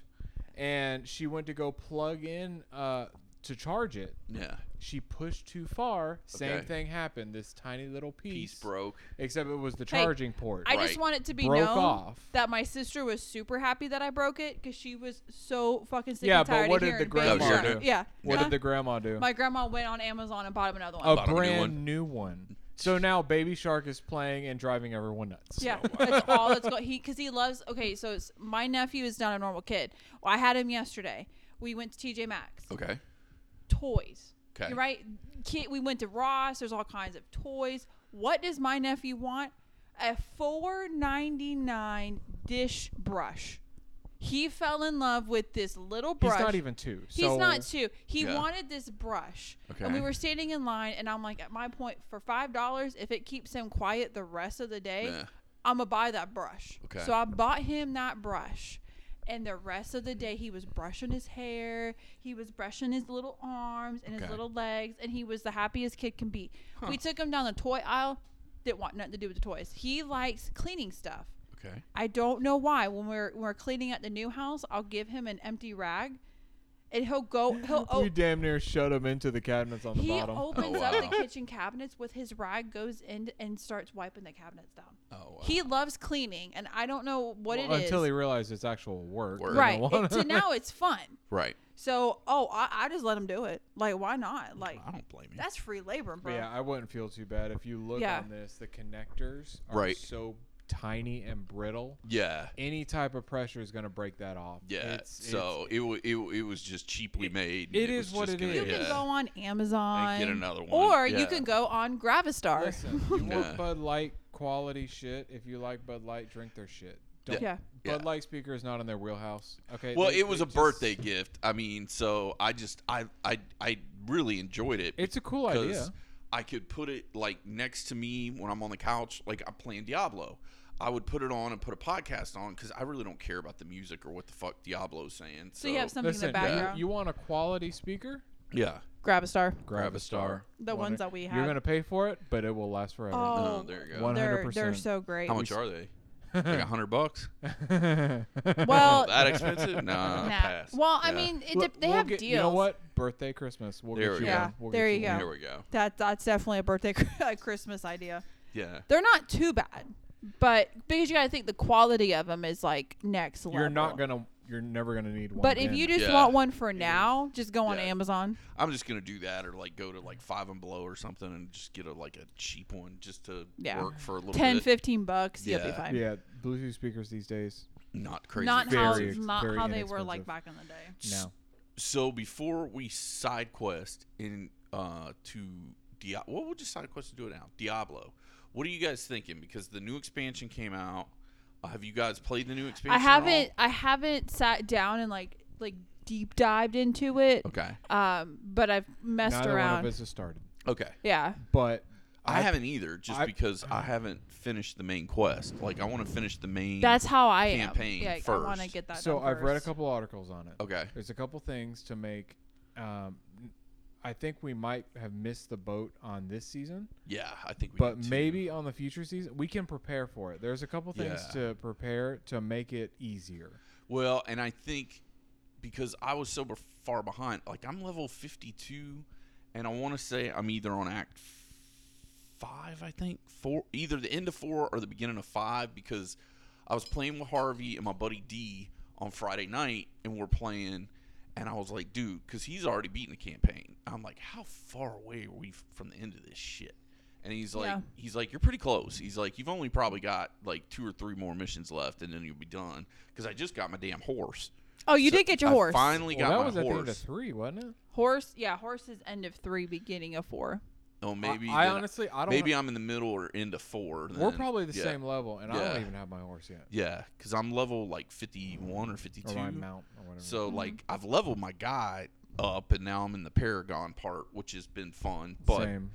[SPEAKER 3] and she went to go plug in uh, to charge it.
[SPEAKER 1] Yeah.
[SPEAKER 3] She pushed too far. Same
[SPEAKER 1] Okay.
[SPEAKER 3] thing happened. This tiny little piece,
[SPEAKER 1] Piece broke.
[SPEAKER 3] except it was the
[SPEAKER 2] Hey,
[SPEAKER 3] charging port.
[SPEAKER 2] I
[SPEAKER 1] Right.
[SPEAKER 2] just want it to be
[SPEAKER 3] Broke
[SPEAKER 2] known
[SPEAKER 3] off.
[SPEAKER 2] that my sister was super happy that I broke it because she was so fucking sick
[SPEAKER 3] Yeah,
[SPEAKER 2] and
[SPEAKER 3] but
[SPEAKER 2] tired
[SPEAKER 3] what
[SPEAKER 2] of
[SPEAKER 3] did
[SPEAKER 2] hearing
[SPEAKER 3] the
[SPEAKER 2] Baby
[SPEAKER 1] grandma
[SPEAKER 2] Shark.
[SPEAKER 1] do?
[SPEAKER 2] Yeah.
[SPEAKER 3] what
[SPEAKER 2] Huh?
[SPEAKER 3] did the Oh, grandma do?
[SPEAKER 2] my grandma went on Amazon and bought him another one.
[SPEAKER 3] a
[SPEAKER 1] Bought him a new
[SPEAKER 3] brand
[SPEAKER 1] one.
[SPEAKER 3] new one. So now Baby Shark is playing and driving everyone nuts.
[SPEAKER 2] Yeah, that's all that's going. He because he loves. Okay, so it's, my nephew is not a normal kid. Well, I had him yesterday. We went to TJ Maxx.
[SPEAKER 1] Okay.
[SPEAKER 2] Toys.
[SPEAKER 1] Okay.
[SPEAKER 2] You're right. Kid, we went to Ross. There's all kinds of toys. What does my nephew want? A four ninety nine dish brush. He fell in love with this little
[SPEAKER 3] He's
[SPEAKER 2] brush.
[SPEAKER 3] not even two.
[SPEAKER 2] He's
[SPEAKER 3] so
[SPEAKER 2] not too. He
[SPEAKER 1] Yeah.
[SPEAKER 2] wanted this brush, and
[SPEAKER 1] Okay.
[SPEAKER 2] we were standing in line, and I'm like, at my point, for five dollars, if it keeps him quiet the rest of the day,
[SPEAKER 1] Yeah.
[SPEAKER 2] I'm gonna buy that brush.
[SPEAKER 1] Okay.
[SPEAKER 2] So I bought him that brush, and the rest of the day he was brushing his hair, he was brushing his little arms and
[SPEAKER 1] Okay.
[SPEAKER 2] his little legs, and he was the happiest kid can be. We took him down the toy aisle. Didn't want nothing to do with the toys. He likes cleaning stuff.
[SPEAKER 1] Okay.
[SPEAKER 2] I don't know why. When we're when we're cleaning at the new house, I'll give him an empty rag, and he'll go. He'll
[SPEAKER 3] We
[SPEAKER 2] o-
[SPEAKER 3] damn near shut him into the cabinets on the
[SPEAKER 2] Oh. he
[SPEAKER 3] bottom.
[SPEAKER 2] opens
[SPEAKER 1] Oh, wow.
[SPEAKER 2] up the kitchen cabinets with his rag, goes in and starts wiping the cabinets down.
[SPEAKER 1] Oh, wow.
[SPEAKER 2] He loves cleaning, and I don't know what
[SPEAKER 3] Well,
[SPEAKER 2] it is.
[SPEAKER 3] until he realized it's actual work.
[SPEAKER 1] Work.
[SPEAKER 3] you
[SPEAKER 2] right
[SPEAKER 3] know?
[SPEAKER 2] It- to now, it's fun.
[SPEAKER 1] right.
[SPEAKER 2] So oh, I, I just let him do it. Like why not? Like
[SPEAKER 1] I don't blame you.
[SPEAKER 2] that's free labor,
[SPEAKER 3] But
[SPEAKER 2] bro.
[SPEAKER 3] yeah, I wouldn't feel too bad if you look
[SPEAKER 2] Yeah.
[SPEAKER 3] on this. The connectors are
[SPEAKER 1] Right.
[SPEAKER 3] so tiny and brittle.
[SPEAKER 1] Yeah.
[SPEAKER 3] Any type of pressure is going to break that off.
[SPEAKER 1] Yeah.
[SPEAKER 3] It's- it's-
[SPEAKER 1] so it, wa it wa- it was just cheaply made. and
[SPEAKER 3] it is
[SPEAKER 1] was
[SPEAKER 3] what
[SPEAKER 1] just
[SPEAKER 3] it
[SPEAKER 1] gonna-
[SPEAKER 3] is.
[SPEAKER 2] you
[SPEAKER 1] yeah.
[SPEAKER 2] can go on Amazon
[SPEAKER 1] And get another one.
[SPEAKER 2] or
[SPEAKER 1] Yeah.
[SPEAKER 2] you can go on Gravistar.
[SPEAKER 3] listen, you
[SPEAKER 1] Yeah.
[SPEAKER 3] want Bud Light quality shit. If you like Bud Light, drink their shit. Don't,
[SPEAKER 2] Yeah.
[SPEAKER 1] Yeah.
[SPEAKER 3] Bud Light speaker is not in their wheelhouse. Okay.
[SPEAKER 1] Well,
[SPEAKER 3] they-
[SPEAKER 1] it was
[SPEAKER 3] they
[SPEAKER 1] a
[SPEAKER 3] just-
[SPEAKER 1] birthday gift. I mean, so I just I I I really enjoyed it.
[SPEAKER 3] It's a cool idea.
[SPEAKER 1] I could put it like next to me when I'm on the couch, like I'm playing Diablo. I would put it on and put a podcast on because I really don't care about the music or what the fuck Diablo's saying. So,
[SPEAKER 2] So you have something
[SPEAKER 3] Listen,
[SPEAKER 2] in the background.
[SPEAKER 3] you, you want a quality speaker?
[SPEAKER 1] yeah,
[SPEAKER 2] Gravistar.
[SPEAKER 1] Grab a star.
[SPEAKER 2] The
[SPEAKER 3] One-
[SPEAKER 2] ones that we
[SPEAKER 3] You're
[SPEAKER 2] have.
[SPEAKER 3] going to pay for it, but it will last forever.
[SPEAKER 2] Oh,
[SPEAKER 1] Oh, there you go.
[SPEAKER 3] One-
[SPEAKER 2] they're
[SPEAKER 3] 100%.
[SPEAKER 2] they're so great.
[SPEAKER 1] How much are they? Like a hundred bucks?
[SPEAKER 2] Oh. Well,
[SPEAKER 1] That expensive? Nah,
[SPEAKER 2] nah.
[SPEAKER 1] pass.
[SPEAKER 2] Well, I
[SPEAKER 1] Yeah.
[SPEAKER 2] mean, it,
[SPEAKER 3] We'll-
[SPEAKER 2] dep- they
[SPEAKER 3] we'll
[SPEAKER 2] have
[SPEAKER 3] get-
[SPEAKER 2] deals.
[SPEAKER 3] You know what? Birthday, Christmas. We'll
[SPEAKER 1] There
[SPEAKER 3] get
[SPEAKER 1] we go.
[SPEAKER 3] you
[SPEAKER 2] Yeah,
[SPEAKER 3] one. We'll
[SPEAKER 2] there
[SPEAKER 3] get
[SPEAKER 2] you go.
[SPEAKER 3] one.
[SPEAKER 1] Here we go.
[SPEAKER 2] That that's definitely a birthday a Christmas idea.
[SPEAKER 1] Yeah.
[SPEAKER 2] They're not too bad, but because you got to think the quality of them is like next level.
[SPEAKER 3] You're not gonna. You're never gonna need one.
[SPEAKER 2] But if you just
[SPEAKER 1] Yeah.
[SPEAKER 2] want one for now, just go on
[SPEAKER 1] Yeah.
[SPEAKER 2] Amazon.
[SPEAKER 1] I'm just gonna do that, or like go to like Five and Below or something, and just get a like a cheap one just to
[SPEAKER 2] Yeah.
[SPEAKER 1] work for a little
[SPEAKER 2] 10,
[SPEAKER 1] bit.
[SPEAKER 2] 15 bucks, you'll
[SPEAKER 1] Yeah.
[SPEAKER 2] be fine.
[SPEAKER 3] yeah, Bluetooth speakers these days.
[SPEAKER 1] Not crazy.
[SPEAKER 2] Not
[SPEAKER 1] expensive.
[SPEAKER 2] how
[SPEAKER 3] Very ex-
[SPEAKER 2] not
[SPEAKER 3] very
[SPEAKER 2] how they were like
[SPEAKER 3] inexpensive.
[SPEAKER 2] back in the day.
[SPEAKER 3] No.
[SPEAKER 1] so before we side quest in uh to Diablo, what would you side quest to do it now? Diablo. What are you guys thinking? Because the new expansion came out. Uh, have you guys played the new expansion?
[SPEAKER 2] I
[SPEAKER 1] at all?
[SPEAKER 2] haven't I haven't sat down and like like deep dived into it.
[SPEAKER 1] Okay.
[SPEAKER 2] Um, but I've messed
[SPEAKER 3] Neither one
[SPEAKER 2] around.
[SPEAKER 3] of us has started.
[SPEAKER 1] Okay.
[SPEAKER 2] yeah.
[SPEAKER 3] But
[SPEAKER 1] I
[SPEAKER 3] I-
[SPEAKER 1] haven't either, just
[SPEAKER 3] I-
[SPEAKER 1] because I haven't finished the main quest. Like I want to finish the main.
[SPEAKER 2] That's how I
[SPEAKER 1] Campaign
[SPEAKER 2] am. Yeah, I want to
[SPEAKER 1] first.
[SPEAKER 2] get that.
[SPEAKER 3] so
[SPEAKER 2] done
[SPEAKER 3] I've read a
[SPEAKER 2] first.
[SPEAKER 3] couple articles on it.
[SPEAKER 1] okay.
[SPEAKER 3] There's a couple things to make. Um, I think we might have missed the boat on this season,
[SPEAKER 1] Yeah, I think we
[SPEAKER 3] but
[SPEAKER 1] did too.
[SPEAKER 3] maybe on the future season we can prepare for it. There's a couple things
[SPEAKER 1] Yeah.
[SPEAKER 3] to prepare to make it easier.
[SPEAKER 1] Well, and I think because I was so be- far behind, like I'm level 52, and I want to say I'm either on Act f- Five, I think, four, either the end of four or the beginning of five, because I was playing with Harvey and my buddy D on Friday night, and we're playing, and I was like, dude, because he's already beaten the campaign. I'm like, how far away are we f- from the end of this shit? And he's like,
[SPEAKER 2] Yeah.
[SPEAKER 1] he's like, you're pretty close. He's like, you've only probably got like two or three more missions left, and then you'll be done. Because I just got my damn horse.
[SPEAKER 2] Oh, you
[SPEAKER 1] So
[SPEAKER 2] did get your
[SPEAKER 1] I
[SPEAKER 2] horse.
[SPEAKER 1] Finally
[SPEAKER 3] Well,
[SPEAKER 1] got
[SPEAKER 3] that
[SPEAKER 1] my
[SPEAKER 3] was at the end of
[SPEAKER 1] horse.
[SPEAKER 3] three, wasn't it?
[SPEAKER 2] horse, yeah, horse is end of three, beginning of four.
[SPEAKER 1] Oh, maybe.
[SPEAKER 3] I, I
[SPEAKER 1] then-
[SPEAKER 3] honestly I don't.
[SPEAKER 1] maybe I'm in the middle or into four.
[SPEAKER 3] we're
[SPEAKER 1] then.
[SPEAKER 3] probably the
[SPEAKER 1] Yeah.
[SPEAKER 3] same level, and I
[SPEAKER 1] Yeah.
[SPEAKER 3] don't even have my horse yet
[SPEAKER 1] Yeah, because I'm level like 51 or
[SPEAKER 3] or my
[SPEAKER 1] 52.
[SPEAKER 3] mount or whatever.
[SPEAKER 1] So
[SPEAKER 2] Mhm.
[SPEAKER 1] like I've leveled my guy up, and now I'm in the Paragon part, which has been fun. But
[SPEAKER 3] same.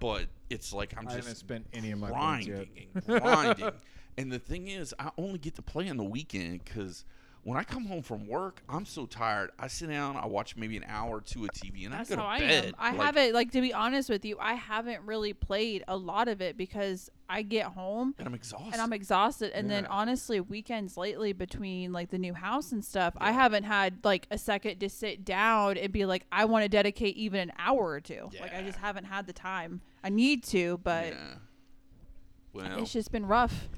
[SPEAKER 1] but it's like I'm
[SPEAKER 3] I haven't
[SPEAKER 1] just
[SPEAKER 3] spent any of my points yet.
[SPEAKER 1] grinding and grinding. and the thing is, I only get to play on the weekend because when I come home from work, I'm so tired. I sit down, I watch maybe an hour or two of TV, and
[SPEAKER 2] That's
[SPEAKER 1] I go
[SPEAKER 2] how
[SPEAKER 1] to
[SPEAKER 2] I
[SPEAKER 1] bed.
[SPEAKER 2] am. I
[SPEAKER 1] Like,
[SPEAKER 2] haven't, like, to be honest with you, I haven't really played a lot of it because I get home
[SPEAKER 1] and I'm exhausted.
[SPEAKER 2] and I'm exhausted. And then
[SPEAKER 3] Yeah.
[SPEAKER 2] honestly, weekends lately between like the new house and stuff, I haven't had like a second to sit down and be like, I want to dedicate even an hour or two. Like I
[SPEAKER 1] Yeah.
[SPEAKER 2] just haven't had the time. I need to, but
[SPEAKER 1] yeah. Well,
[SPEAKER 2] it's just been rough.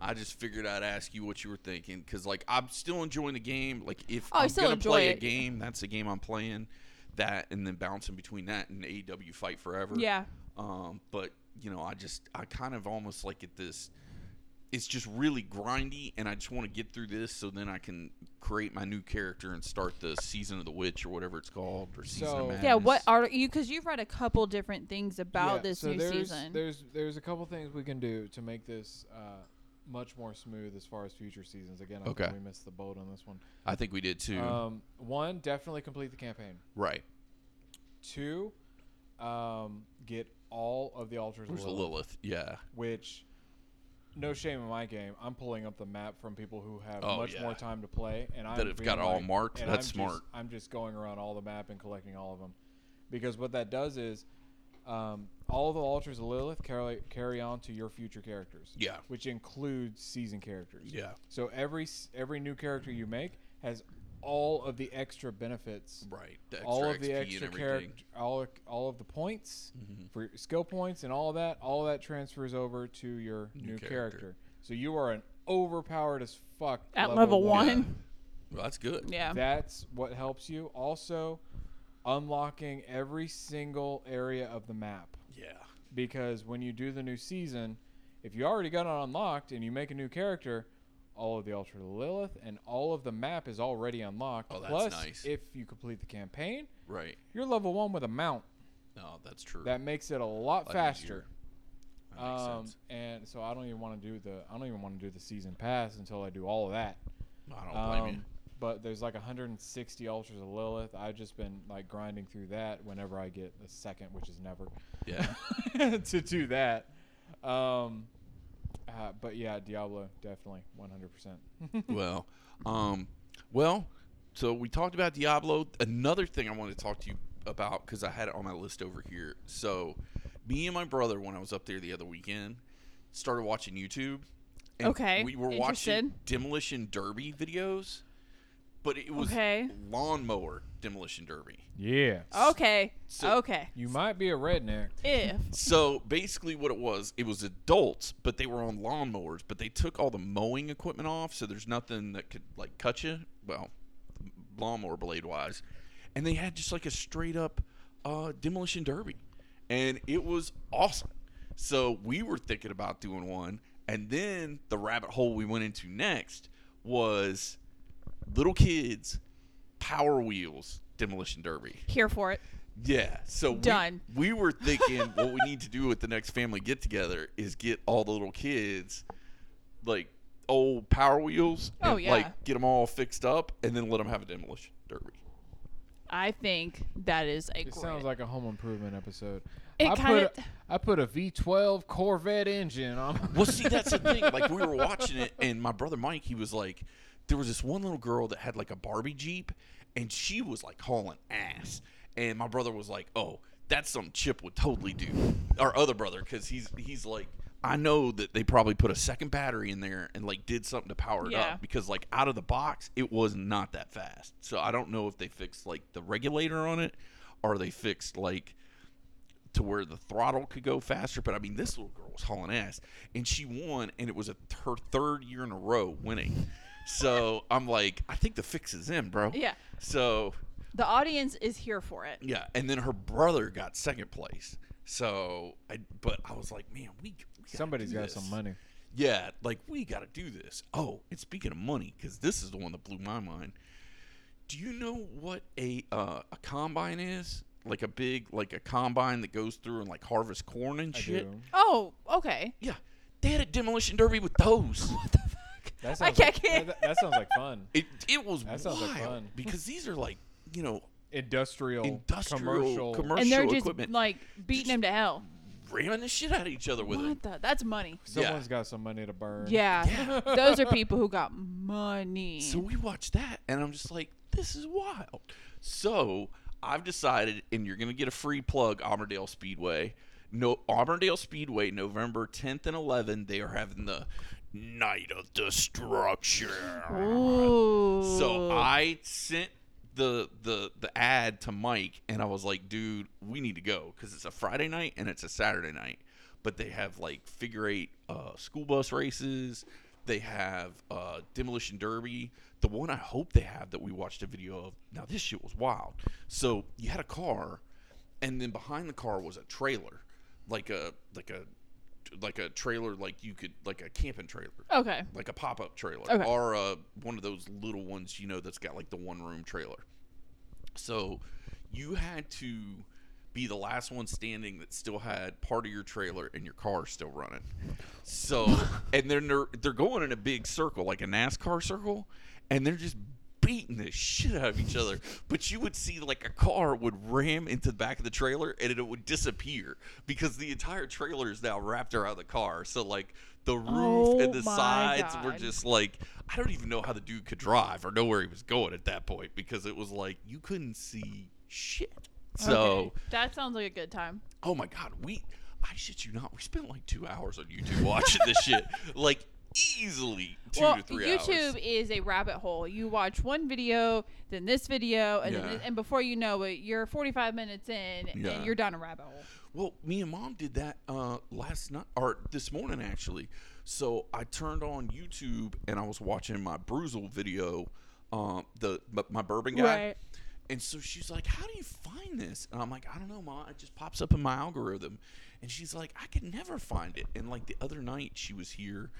[SPEAKER 1] I just figured I'd ask you what you were thinking because, like, I'm still enjoying the game. Like, if
[SPEAKER 2] Oh, I
[SPEAKER 1] I'm
[SPEAKER 2] still
[SPEAKER 1] gonna
[SPEAKER 2] enjoy
[SPEAKER 1] play a
[SPEAKER 2] it.
[SPEAKER 1] game, that's the game I'm playing. That and then bouncing between that and AEW Fight Forever.
[SPEAKER 2] Yeah.
[SPEAKER 1] Um, but you know, I just I kind of almost like at this. It's just really grindy, and I just want to get through this so then I can create my new character and start the season of the witch or whatever it's called or season
[SPEAKER 3] So-
[SPEAKER 1] of
[SPEAKER 3] Yeah,
[SPEAKER 1] madness.
[SPEAKER 2] Yeah. What are you? Because you've read a couple different things about
[SPEAKER 3] Yeah,
[SPEAKER 2] this
[SPEAKER 3] so
[SPEAKER 2] new
[SPEAKER 3] there's,
[SPEAKER 2] season.
[SPEAKER 3] There's there's a couple things we can do to make this uh, much more smooth as far as future seasons. Again, I
[SPEAKER 1] Okay.
[SPEAKER 3] think we missed the boat on this one.
[SPEAKER 1] I think we did too.
[SPEAKER 3] Um, one, definitely complete the campaign.
[SPEAKER 1] right.
[SPEAKER 3] Two, um, get all of the altars of
[SPEAKER 1] There's a
[SPEAKER 3] Lilith,
[SPEAKER 1] Lilith. Yeah.
[SPEAKER 3] which no shame in my game. I'm pulling up the map from people who have
[SPEAKER 1] Oh,
[SPEAKER 3] much
[SPEAKER 1] yeah.
[SPEAKER 3] more time to play, and I
[SPEAKER 1] That have got it all marked? That's smart.
[SPEAKER 3] I'm just going around all the map and collecting all of them, because what that does is, um, all the altars of Lilith carry carry on to your future characters.
[SPEAKER 1] Yeah.
[SPEAKER 3] which includes season characters.
[SPEAKER 1] Yeah.
[SPEAKER 3] So every s- every new character you make has all of the extra benefits
[SPEAKER 1] Right. The extra
[SPEAKER 3] all of
[SPEAKER 1] XP
[SPEAKER 3] the extra
[SPEAKER 1] and everything. Mm-hmm.
[SPEAKER 3] character, all all of the points for your skill points and all that, all that transfers over to your new, character.
[SPEAKER 1] character.
[SPEAKER 3] So you are an overpowered as fuck
[SPEAKER 2] At level one.
[SPEAKER 1] Well, that's good.
[SPEAKER 2] yeah.
[SPEAKER 3] That's what helps you. Also, unlocking every single area of the map
[SPEAKER 1] Yeah.
[SPEAKER 3] because when you do the new season, if you already got it unlocked and you make a new character, all of the Ultra Lilith and all of the map is already unlocked.
[SPEAKER 1] Oh, that's
[SPEAKER 3] Plus,
[SPEAKER 1] nice.
[SPEAKER 3] if you complete the campaign,
[SPEAKER 1] Right.
[SPEAKER 3] you're level one with a mount.
[SPEAKER 1] No, that's true.
[SPEAKER 3] That makes it a lot
[SPEAKER 1] Lot
[SPEAKER 3] faster.
[SPEAKER 1] easier. That makes
[SPEAKER 3] Um,
[SPEAKER 1] sense.
[SPEAKER 3] and so I don't even want to do the I don't even want to do the season pass until I do all of that.
[SPEAKER 1] I don't blame you.
[SPEAKER 3] Um, But there's like 160 altars of Lilith. I've just been like grinding through that whenever I get a second, which is never,
[SPEAKER 1] Yeah.
[SPEAKER 3] to do that. Um, uh, but yeah, Diablo definitely 100%.
[SPEAKER 1] well, um, well, so we talked about Diablo. Another thing I wanted to talk to you about because I had it on my list over here. So, me and my brother, when I was up there the other weekend, started watching YouTube. And
[SPEAKER 2] Okay,
[SPEAKER 1] We were watching
[SPEAKER 2] interested.
[SPEAKER 1] demolition derby videos, but it was
[SPEAKER 2] Okay.
[SPEAKER 1] lawnmower demolition derby.
[SPEAKER 3] yeah.
[SPEAKER 2] Oh. Okay.
[SPEAKER 1] So-
[SPEAKER 2] okay.
[SPEAKER 3] You might be a redneck.
[SPEAKER 2] If
[SPEAKER 1] So basically, what it was, it was adults, but they were on lawnmowers, but they took all the mowing equipment off, so there's nothing that could like cut you. Well, lawnmower blade wise, and they had just like a straight up uh, demolition derby, and it was awesome. So we were thinking about doing one, and then the rabbit hole we went into next was little kids, Power Wheels demolition derby.
[SPEAKER 2] here for it.
[SPEAKER 1] Yeah. So we-
[SPEAKER 2] Done.
[SPEAKER 1] We, were thinking what we need to do with the next family get together is get all the little kids like old Power Wheels.
[SPEAKER 2] Oh,
[SPEAKER 1] and,
[SPEAKER 2] yeah.
[SPEAKER 1] Like get them all fixed up and then let them have a demolition derby.
[SPEAKER 2] I think that is a
[SPEAKER 3] It
[SPEAKER 2] great.
[SPEAKER 3] sounds like a home improvement episode.
[SPEAKER 2] It
[SPEAKER 3] I
[SPEAKER 2] kinda-
[SPEAKER 3] put a, I put a V12 Corvette engine on.
[SPEAKER 1] Well, see, that's the thing. Like we were watching it, and my brother Mike, he was like, there was this one little girl that had like a Barbie Jeep, and she was like hauling ass. and my brother was like, "Oh, that's something Chip would totally do." Our other brother, because he's he's like, I know that they probably put a second battery in there and like did something to power it
[SPEAKER 2] Yeah.
[SPEAKER 1] up because like out of the box it was not that fast. So I don't know if they fixed like the regulator on it, or they fixed like to where the throttle could go faster. But I mean, this little girl was hauling ass, and she won, and it was a, her third year in a row winning. so I'm like, I think the fix is in, bro.
[SPEAKER 2] Yeah.
[SPEAKER 1] So
[SPEAKER 2] The audience is here for it.
[SPEAKER 1] yeah, and then her brother got second place. So I, but I was like, man, we, we gotta
[SPEAKER 3] Somebody's
[SPEAKER 1] do
[SPEAKER 3] got
[SPEAKER 1] this.
[SPEAKER 3] some money.
[SPEAKER 1] Yeah, like we got to do this. Oh, and speaking of money, because this is the one that blew my mind. Do you know what a uh, a combine is? Like a big like a combine that goes through and like harvest corn and
[SPEAKER 3] I
[SPEAKER 1] shit.
[SPEAKER 3] do.
[SPEAKER 2] Oh, okay.
[SPEAKER 1] Yeah, they had a demolition derby with those.
[SPEAKER 2] What the fuck?
[SPEAKER 3] That
[SPEAKER 2] I
[SPEAKER 3] sounds
[SPEAKER 2] can't.
[SPEAKER 3] like, that, that- that sounds like fun.
[SPEAKER 1] It it was
[SPEAKER 3] That sounds
[SPEAKER 1] wild
[SPEAKER 3] like fun.
[SPEAKER 1] because these are like you know
[SPEAKER 3] Industrial,
[SPEAKER 1] industrial commercial,
[SPEAKER 3] commercial.
[SPEAKER 2] and they're just
[SPEAKER 1] equipment
[SPEAKER 2] like beating him to hell.
[SPEAKER 1] ramming the shit out of each other with them.
[SPEAKER 2] What the? That's money.
[SPEAKER 3] Someone's got some money to burn.
[SPEAKER 2] Yeah.
[SPEAKER 1] Yeah.
[SPEAKER 2] Those are people who got money.
[SPEAKER 1] So we watched that, and I'm just like, this is wild. So I've decided, and you're gonna get a free plug, Auburndale Speedway. No, Auburndale Speedway, November 10th and 11th. They are having the Night of Destruction.
[SPEAKER 2] Ooh.
[SPEAKER 1] So I sent the the the ad to Mike, and I was like, dude, we need to go because it's a Friday night and it's a Saturday night. But they have like figure eight uh, school bus races. They have uh, demolition derby. The one I hope they have that we watched a video of. Now this shit was wild. So you had a car, and then behind the car was a trailer, like a like a like a trailer like you could like a camping trailer
[SPEAKER 2] Okay.
[SPEAKER 1] like a pop-up trailer
[SPEAKER 2] Okay.
[SPEAKER 1] or uh, one of those little ones you know that's got like the one room trailer so you had to be the last one standing that still had part of your trailer and your car still running so and then they're they're going in a big circle like a nascar circle and they're just beating the shit out of each other but you would see like a car would ram into the back of the trailer and it would disappear because the entire trailer is now wrapped around the car so like the roof and
[SPEAKER 2] Oh
[SPEAKER 1] the
[SPEAKER 2] my
[SPEAKER 1] sides were
[SPEAKER 2] God.
[SPEAKER 1] just just like I don't even know how the dude could drive or know where he was going at that point because it was like you couldn't see shit. So
[SPEAKER 2] Okay. that sounds like a good time.
[SPEAKER 1] oh my god, we I shit you not, we spent like two hours on YouTube watching this shit. Like easily two
[SPEAKER 2] well,
[SPEAKER 1] to three
[SPEAKER 2] YouTube
[SPEAKER 1] hours.
[SPEAKER 2] is a rabbit hole. You watch one video, then this video, and
[SPEAKER 1] Yeah.
[SPEAKER 2] then this, and before you know it, you're 45 minutes in,
[SPEAKER 1] Yeah.
[SPEAKER 2] and you're down a rabbit hole.
[SPEAKER 1] Well, me and mom did that uh, last night or this morning actually. So I turned on YouTube and I was watching my Bruzel video, um, the my, my bourbon guy.
[SPEAKER 2] Right.
[SPEAKER 1] And so she's like, "How do you find this?" And I'm like, "I don't know, ma. It just pops up in my algorithm." And she's like, "I could never find it." And like the other night, she was here,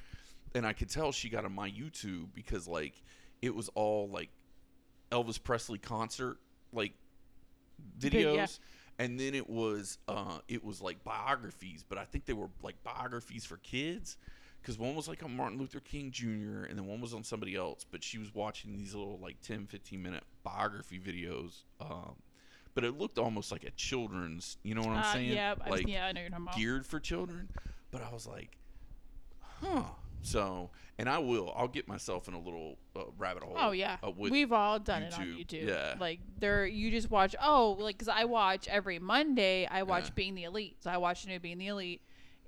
[SPEAKER 1] and I could tell she got on my YouTube because like it was all like Elvis Presley concert like videos.
[SPEAKER 2] yeah.
[SPEAKER 1] And then it was uh, it was like biographies, but I think they were like biographies for kids, because one was like on Martin Luther King Jr. and then one was on somebody else. But she was watching these little like 10, 15 minute biography videos, um, but it looked almost like a children's. You know what I'm
[SPEAKER 2] Uh,
[SPEAKER 1] saying?
[SPEAKER 2] yeah, I-
[SPEAKER 1] like
[SPEAKER 2] yeah, I know you're talking about.
[SPEAKER 1] geared for children. But I was like, huh. So, and I will. I'll get myself in a little uh, rabbit hole.
[SPEAKER 2] Oh yeah,
[SPEAKER 1] uh, with
[SPEAKER 2] we've all done it on
[SPEAKER 1] YouTube.
[SPEAKER 2] YouTube.
[SPEAKER 1] Yeah.
[SPEAKER 2] like there you just watch. Oh, like because I watch every Monday. I watch
[SPEAKER 1] Yeah.
[SPEAKER 2] Being the Elite, so I watch new Being the Elite,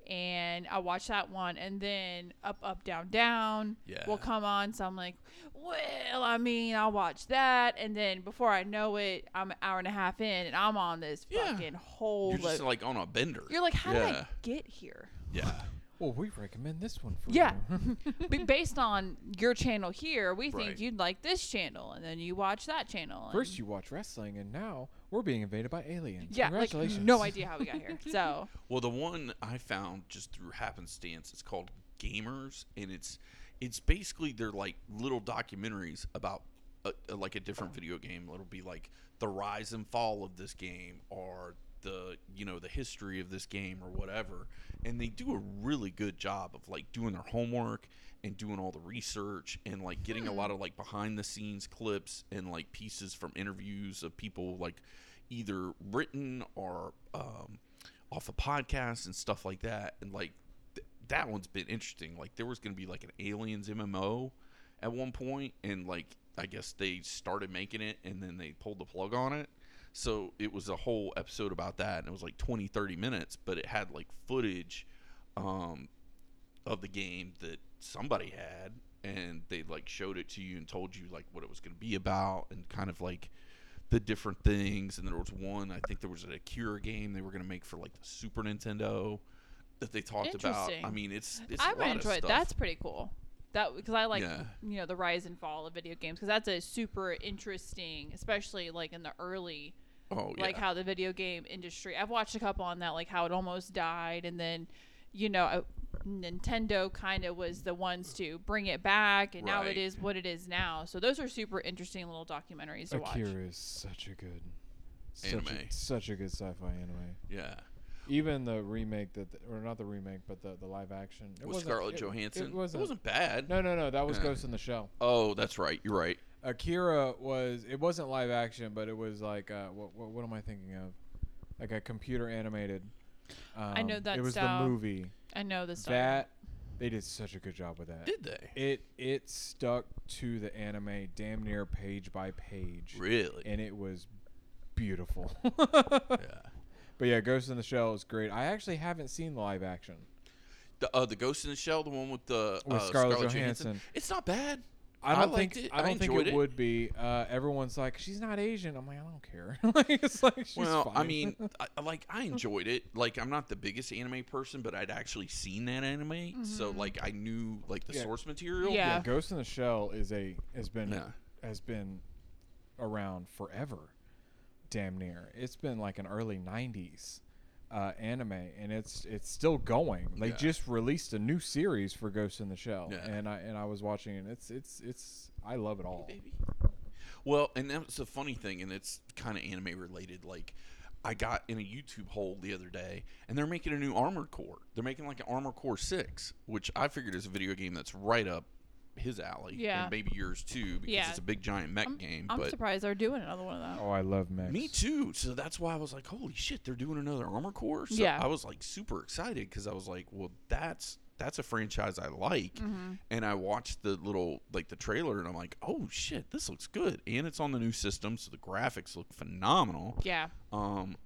[SPEAKER 2] and I watch that one, and then Up Up Down Down
[SPEAKER 1] Yeah.
[SPEAKER 2] will come on. So I'm like, well, I mean, I'll watch that, and then before I know it, I'm an hour and a half in, and I'm on this
[SPEAKER 1] Yeah.
[SPEAKER 2] fucking whole.
[SPEAKER 1] you're
[SPEAKER 2] You're,
[SPEAKER 1] just like on a bender.
[SPEAKER 2] you're like, how
[SPEAKER 1] yeah.
[SPEAKER 2] did I get here?
[SPEAKER 1] Yeah.
[SPEAKER 3] Well, we recommend this one for
[SPEAKER 2] Yeah.
[SPEAKER 3] you.
[SPEAKER 2] Be- based on your channel here, we think
[SPEAKER 1] Right.
[SPEAKER 2] you'd like this channel, and then you watch that channel. and-
[SPEAKER 3] First, you watch wrestling, and now we're being invaded by aliens.
[SPEAKER 2] Yeah, like
[SPEAKER 3] Congratulations.
[SPEAKER 2] no idea how we got here. So
[SPEAKER 1] Well, the one I found just through happenstance is called Gamers, and it's it's basically they're like little documentaries about a, a- like a different video game. It'll be like the rise and fall of this game, or the you know the history of this game, or whatever. And they do a really good job of like doing their homework and doing all the research and like getting a lot of like behind the scenes clips and like pieces from interviews of people like either written or um, off of podcasts and stuff like that. And like th- that one's been interesting. Like there was going to be like an aliens MMO at one point, and like I guess they started making it and then they pulled the plug on it. So it was a whole episode about that, and it was like 20, 30 minutes, but it had like footage um, of the game that somebody had, and they like showed it to you and told you like what it was going to be about, and kind of like the different things. And there was one, I think there was an Akira game they were going to make for like the Super Nintendo that they talked about. I
[SPEAKER 2] Interesting.
[SPEAKER 1] mean, it's, it's
[SPEAKER 2] I
[SPEAKER 1] a
[SPEAKER 2] would
[SPEAKER 1] lot
[SPEAKER 2] enjoy
[SPEAKER 1] of
[SPEAKER 2] it.
[SPEAKER 1] stuff.
[SPEAKER 2] That's pretty cool. That because I like
[SPEAKER 1] Yeah.
[SPEAKER 2] you know the rise and fall of video games because that's a super interesting, especially like in the early
[SPEAKER 1] oh yeah.
[SPEAKER 2] like how the video game industry. I've watched a couple on that, like how it almost died, and then you know uh, Nintendo kind of was the ones to bring it back, and now
[SPEAKER 1] Right.
[SPEAKER 2] it is what it is now. So those are super interesting little documentaries to watch.
[SPEAKER 3] Akira is such a good such
[SPEAKER 1] Anime.
[SPEAKER 3] A, such a good sci-fi anime.
[SPEAKER 1] yeah.
[SPEAKER 3] Even the remake that, th- or not the remake, but the, the live action It
[SPEAKER 1] With
[SPEAKER 3] wasn't-
[SPEAKER 1] Scarlett
[SPEAKER 3] it-
[SPEAKER 1] Johansson.
[SPEAKER 3] It wasn't,
[SPEAKER 1] bad.
[SPEAKER 3] No, no, no. That was
[SPEAKER 1] Yeah.
[SPEAKER 3] Ghost in the Shell.
[SPEAKER 1] Oh, that's right. You're right.
[SPEAKER 3] Akira was. It wasn't live action, but it was like uh, what, what? What am I thinking of? Like a computer animated. Um,
[SPEAKER 2] know that
[SPEAKER 3] It was
[SPEAKER 2] style.
[SPEAKER 3] the movie
[SPEAKER 2] I know this.
[SPEAKER 3] that they did such a good job with that.
[SPEAKER 1] Did they?
[SPEAKER 3] It it stuck to the anime damn near page by page,
[SPEAKER 1] Really?
[SPEAKER 3] and it was beautiful.
[SPEAKER 1] yeah.
[SPEAKER 3] But yeah, Ghost in the Shell is great. I actually haven't seen the live action.
[SPEAKER 1] The uh, the Ghost in the Shell, the one with the
[SPEAKER 3] With
[SPEAKER 1] uh,
[SPEAKER 3] Scarlett
[SPEAKER 1] Scarlett, Johansson.
[SPEAKER 3] Johansson.
[SPEAKER 1] It's not bad.
[SPEAKER 3] I
[SPEAKER 1] I
[SPEAKER 3] don't
[SPEAKER 1] liked
[SPEAKER 3] think
[SPEAKER 1] it.
[SPEAKER 3] I
[SPEAKER 1] I
[SPEAKER 3] don't think
[SPEAKER 1] enjoyed
[SPEAKER 3] it,
[SPEAKER 1] it.
[SPEAKER 3] would be. Uh, everyone's like, she's not Asian. I'm like, I don't care. like, it's like she's
[SPEAKER 1] well, I
[SPEAKER 3] fine.
[SPEAKER 1] mean, I, I like I enjoyed it. Like I'm not the biggest anime person, but I'd actually seen that anime, so like I knew like the
[SPEAKER 3] Mm-hmm. Yeah.
[SPEAKER 1] source material.
[SPEAKER 2] Yeah.
[SPEAKER 3] yeah, Ghost in the Shell is a has been
[SPEAKER 1] Yeah.
[SPEAKER 3] has been around forever, damn near. It's been like an early '90s uh, anime, and it's it's still going. They
[SPEAKER 1] Yeah.
[SPEAKER 3] just released a new series for Ghost in the Shell,
[SPEAKER 1] Yeah.
[SPEAKER 3] and I and I was watching, it. it's it's it's I love it all.
[SPEAKER 1] baby. Well, and that's the funny thing, and it's kind of anime related. Like, I got in a YouTube hole the other day, and they're making a new Armored Core. They're making like an Armored Core Six, which I figured is a video game that's right up his alley,
[SPEAKER 2] Yeah.
[SPEAKER 1] and maybe yours too, because
[SPEAKER 2] Yeah.
[SPEAKER 1] it's a big giant mech
[SPEAKER 2] I'm,
[SPEAKER 1] game.
[SPEAKER 2] I'm
[SPEAKER 1] but
[SPEAKER 2] surprised they're doing another one of those.
[SPEAKER 3] Oh, I love Max.
[SPEAKER 1] me too. So that's why I was like, "Holy shit, they're doing another Armor Core!" So
[SPEAKER 2] Yeah.
[SPEAKER 1] I was like super excited because I was like, "Well, that's that's a franchise I like."
[SPEAKER 2] Mm-hmm.
[SPEAKER 1] And I watched the little like the trailer, and I'm like, "Oh shit, this looks good!" And it's on the new system, so the graphics look phenomenal.
[SPEAKER 2] Yeah,
[SPEAKER 1] Um,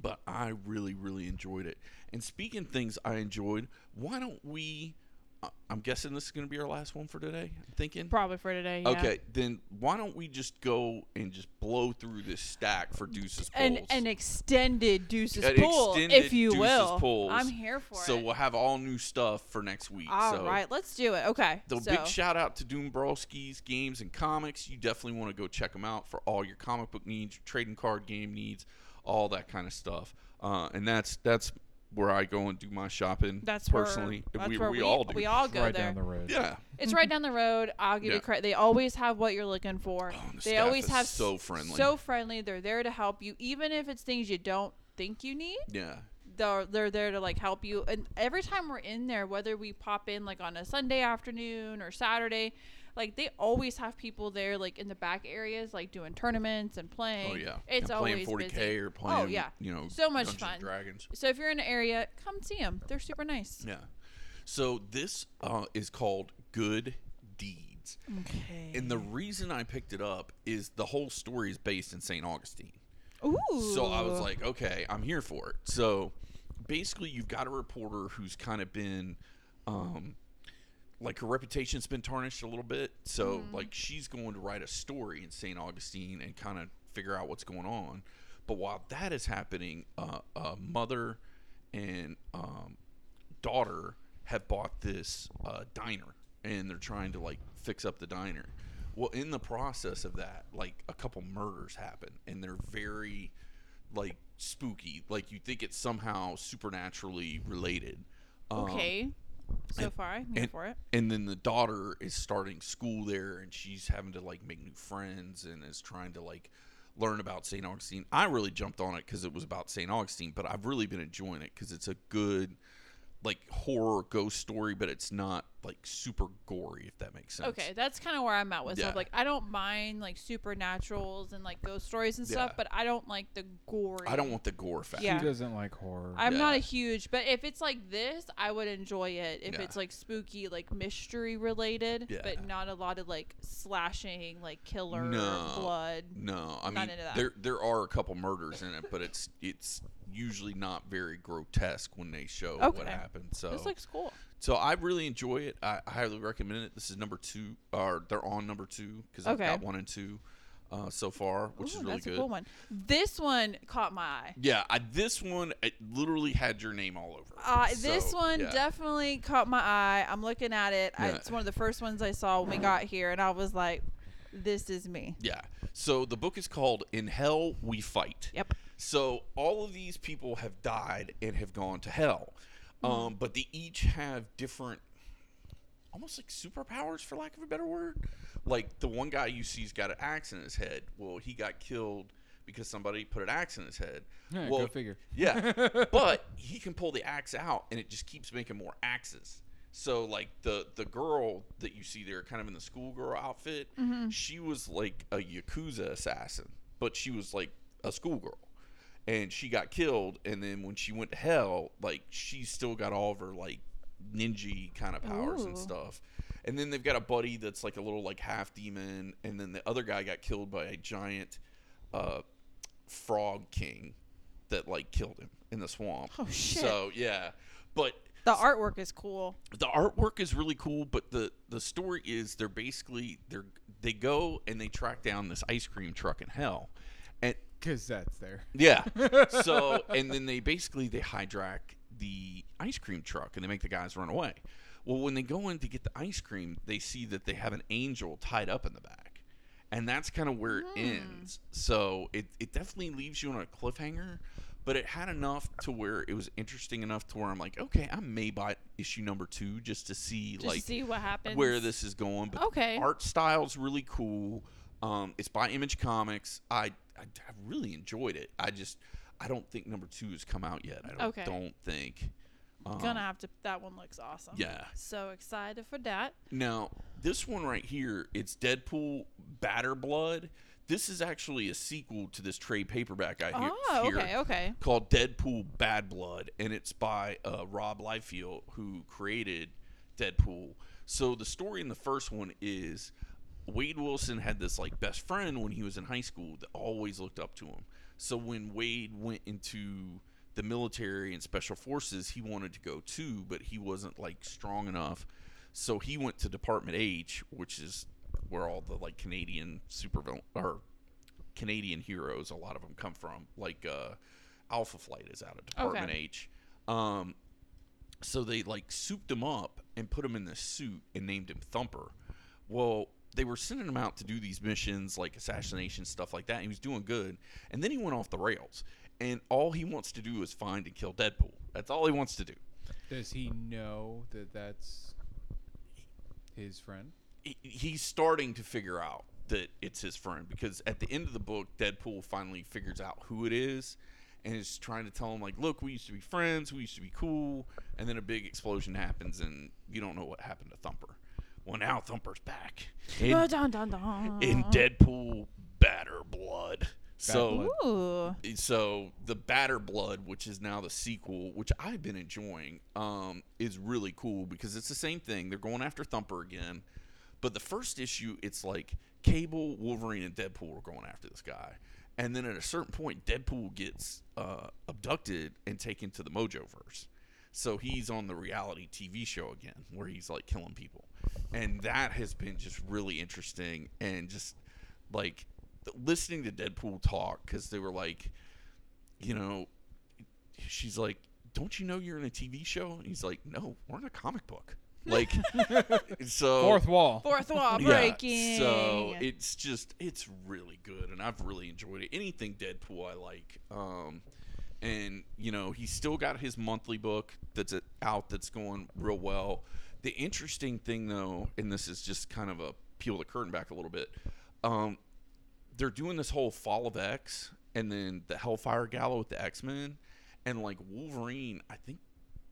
[SPEAKER 1] but I really, really enjoyed it. And speaking things I enjoyed, why don't we? I- I'm guessing this is going to be our last one for today. I'm thinking.
[SPEAKER 2] probably for today. Yeah.
[SPEAKER 1] Okay, then why don't we just go and just blow through this stack for Deuces
[SPEAKER 2] An,
[SPEAKER 1] pulls?
[SPEAKER 2] an extended deuces
[SPEAKER 1] An
[SPEAKER 2] pool, if
[SPEAKER 1] extended
[SPEAKER 2] you
[SPEAKER 1] Deuces
[SPEAKER 2] will.
[SPEAKER 1] pulls.
[SPEAKER 2] I'm here for
[SPEAKER 1] so
[SPEAKER 2] it.
[SPEAKER 1] we'll have all new stuff for next week.
[SPEAKER 2] All
[SPEAKER 1] so
[SPEAKER 2] right, let's do it. Okay.
[SPEAKER 1] The
[SPEAKER 2] so-
[SPEAKER 1] big shout out to Doombrowski's games and comics. You definitely want to go check them out for all your comic book needs, your trading card game needs, all that kind of stuff. Uh, and that's that's where I go and do my shopping.
[SPEAKER 2] That's
[SPEAKER 1] personally.
[SPEAKER 2] Where, that's
[SPEAKER 1] we,
[SPEAKER 2] where
[SPEAKER 1] we all do.
[SPEAKER 2] We all
[SPEAKER 3] It's
[SPEAKER 2] go
[SPEAKER 3] right
[SPEAKER 2] there.
[SPEAKER 3] down the road.
[SPEAKER 1] yeah.
[SPEAKER 2] It's right down the road. I'll give
[SPEAKER 1] Yeah. Oh,
[SPEAKER 2] you credit. They always have what you're looking for.
[SPEAKER 1] and the
[SPEAKER 2] they
[SPEAKER 1] staff
[SPEAKER 2] always
[SPEAKER 1] is
[SPEAKER 2] have
[SPEAKER 1] so
[SPEAKER 2] s-
[SPEAKER 1] friendly.
[SPEAKER 2] So friendly. They're there to help you, even if it's things you don't think you need.
[SPEAKER 1] Yeah.
[SPEAKER 2] They're they're there to like help you. And every time we're in there, whether we pop in like on a Sunday afternoon or Saturday, like they always have people there, like in the back areas, like doing tournaments and playing.
[SPEAKER 1] Oh yeah.
[SPEAKER 2] it's
[SPEAKER 1] And playing
[SPEAKER 2] always
[SPEAKER 1] 40k
[SPEAKER 2] busy.
[SPEAKER 1] or playing.
[SPEAKER 2] Oh yeah,
[SPEAKER 1] You know.
[SPEAKER 2] So much
[SPEAKER 1] Dungeons and
[SPEAKER 2] fun.
[SPEAKER 1] Dragons.
[SPEAKER 2] So if you're in the area, come see them. They're super nice.
[SPEAKER 1] Yeah. So this uh, is called Good Deeds.
[SPEAKER 2] Okay.
[SPEAKER 1] And the reason I picked it up is the whole story is based in St. Augustine.
[SPEAKER 2] Ooh.
[SPEAKER 1] So I was like, okay, I'm here for it. So basically, you've got a reporter who's kind of been, um, like her reputation's been tarnished a little bit. So like she's going to write a story in St. Augustine and kind of figure out what's going on. But while that is happening, uh, a mother and um, daughter have bought this uh, diner and they're trying to like fix up the diner. Well, in the process of that, like a couple murders happen and they're very like spooky. Like you think it's somehow supernaturally related. Um,
[SPEAKER 2] okay. So far, I'm here
[SPEAKER 1] and-
[SPEAKER 2] for it.
[SPEAKER 1] and then the daughter is starting school there and she's having to like make new friends and is trying to like learn about St. Augustine. I really jumped on it because it was about St. Augustine, but I've really been enjoying it because it's a good like horror ghost story, but it's not like super gory, if that makes sense.
[SPEAKER 2] Okay, that's kind of where I'm at with
[SPEAKER 1] Yeah.
[SPEAKER 2] stuff. Like, I don't mind like supernaturals and like ghost stories and
[SPEAKER 1] Yeah.
[SPEAKER 2] stuff, but I don't like the gory.
[SPEAKER 1] I don't want the gore factor.
[SPEAKER 2] Yeah.
[SPEAKER 3] She doesn't like horror.
[SPEAKER 2] I'm not a
[SPEAKER 1] Yeah.
[SPEAKER 2] huge, but if it's like this, I would enjoy it. If
[SPEAKER 1] Yeah.
[SPEAKER 2] it's like spooky, like mystery related,
[SPEAKER 1] Yeah.
[SPEAKER 2] but not a lot of like slashing, like killer
[SPEAKER 1] No.
[SPEAKER 2] blood.
[SPEAKER 1] No, I
[SPEAKER 2] Not
[SPEAKER 1] mean
[SPEAKER 2] into that.
[SPEAKER 1] there there are a couple murders in it, but it's it's usually not very grotesque when they show what
[SPEAKER 2] Okay.
[SPEAKER 1] happened. So
[SPEAKER 2] This looks cool.
[SPEAKER 1] so I really enjoy it. I, I highly recommend it. This is number two, or they're on number two because
[SPEAKER 2] Okay.
[SPEAKER 1] I've got one and two uh, so far, which
[SPEAKER 2] Ooh,
[SPEAKER 1] is really
[SPEAKER 2] that's
[SPEAKER 1] good.
[SPEAKER 2] a cool one. This one caught my eye.
[SPEAKER 1] Yeah, I, this one it literally had your name all over. it.
[SPEAKER 2] Uh, this
[SPEAKER 1] So,
[SPEAKER 2] one
[SPEAKER 1] yeah.
[SPEAKER 2] definitely caught my eye. I'm looking at it. I,
[SPEAKER 1] Yeah.
[SPEAKER 2] it's one of the first ones I saw when we got here, and I was like, "This is me."
[SPEAKER 1] Yeah. So the book is called "In Hell We Fight."
[SPEAKER 2] Yep.
[SPEAKER 1] So all of these people have died and have gone to hell,
[SPEAKER 3] Hmm.
[SPEAKER 1] um, but they each have different, almost like superpowers, for lack of a better word. Like the one guy you see's got an axe in his head. Well, he got killed because somebody put an axe in his head.
[SPEAKER 3] Yeah,
[SPEAKER 1] well,
[SPEAKER 3] go figure.
[SPEAKER 1] Yeah, but he can pull the axe out, and it just keeps making more axes. So like the the girl that you see there, kind of in the schoolgirl outfit, she was like a yakuza assassin, but she was like a schoolgirl, and she got killed. And then when she went to hell, like she still got all of her like ninja kind of powers and
[SPEAKER 2] Ooh.
[SPEAKER 1] stuff. And then they've got a buddy that's like a little like half demon, and then the other guy got killed by a giant uh, frog king that like killed him in the swamp.
[SPEAKER 2] Oh, shit.
[SPEAKER 1] So yeah, but
[SPEAKER 2] The artwork is cool.
[SPEAKER 1] the artwork is really cool. But the the story is they're basically they're they go and they track down this ice cream truck in hell, and
[SPEAKER 3] Because that's there.
[SPEAKER 1] yeah. so and then they basically they hijack the ice cream truck and they make the guys run away. Well, when they go in to get the ice cream, they see that they have an angel tied up in the back. And that's kind of where
[SPEAKER 2] Hmm.
[SPEAKER 1] it ends. So it, it definitely leaves you on a cliffhanger, but it had enough to where it was interesting enough to where I'm like, okay, I may buy issue number two just to see
[SPEAKER 2] Just
[SPEAKER 1] like
[SPEAKER 2] see what happens.
[SPEAKER 1] where this is going. But
[SPEAKER 2] Okay.
[SPEAKER 1] the art style's really cool. Um, it's by Image Comics. I, I I really enjoyed it. I just I don't think number two has come out yet. I don't,
[SPEAKER 2] Okay.
[SPEAKER 1] don't think. Um,
[SPEAKER 2] gonna have to. That one looks awesome.
[SPEAKER 1] Yeah.
[SPEAKER 2] So excited for that.
[SPEAKER 1] Now this one right here, it's Deadpool Batter Blood. This is actually a sequel to this trade paperback I hear,
[SPEAKER 2] oh,
[SPEAKER 1] hear
[SPEAKER 2] okay, okay.
[SPEAKER 1] called Deadpool Bad Blood, and it's by uh, Rob Liefeld, who created Deadpool. So the story in the first one is Wade Wilson had this like best friend when he was in high school that always looked up to him. So when Wade went into the military and special forces, he wanted to go too, but he wasn't like strong enough. So he went to Department H, which is where all the like Canadian supervillain or Canadian heroes, a lot of them come from. Like uh, Alpha Flight is out of Department
[SPEAKER 2] Okay.
[SPEAKER 1] H. Um, so they like souped him up and put him in this suit and named him Thumper. Well, they were sending him out to do these missions like assassination stuff like that. And he was doing good, and then he went off the rails. And all he wants to do is find and kill Deadpool. That's all he wants to do.
[SPEAKER 3] Does he know that that's his friend?
[SPEAKER 1] he- he's starting to figure out that it's his friend because at the end of the book, Deadpool finally figures out who it is and is trying to tell him like, "Look, we used to be friends. We used to be cool." And then a big explosion happens, and you don't know what happened to Thumper. Well, now Thumper's back in,
[SPEAKER 2] Oh, dun, dun, dun.
[SPEAKER 1] in Deadpool batter blood. so
[SPEAKER 3] Blood.
[SPEAKER 2] Ooh.
[SPEAKER 1] so the batter blood which is now the sequel which i've been enjoying um, is really cool because it's the same thing they're going after thumper again but the first issue it's like cable wolverine and deadpool are going after this guy and then at a certain point deadpool gets uh, abducted and taken to the mojoverse so he's on the reality TV show again, where he's like killing people, and that has been just really interesting and just like th- listening to Deadpool talk because they were like, you know, she's like, "Don't you know you're in a TV show?" And he's like, "No, we're in a comic book." Like, so
[SPEAKER 3] Fourth wall.
[SPEAKER 2] Fourth wall
[SPEAKER 1] yeah,
[SPEAKER 2] breaking.
[SPEAKER 1] So it's just it's really good, and I've really enjoyed it. Anything Deadpool, I like. Um, and you know he's still got his monthly book that's uh, out that's going real well. The interesting thing though, and this is just kind of a peel the curtain back a little bit. Um, they're doing this whole Fall of X and then the Hellfire Gala with the X Men, and like Wolverine, I think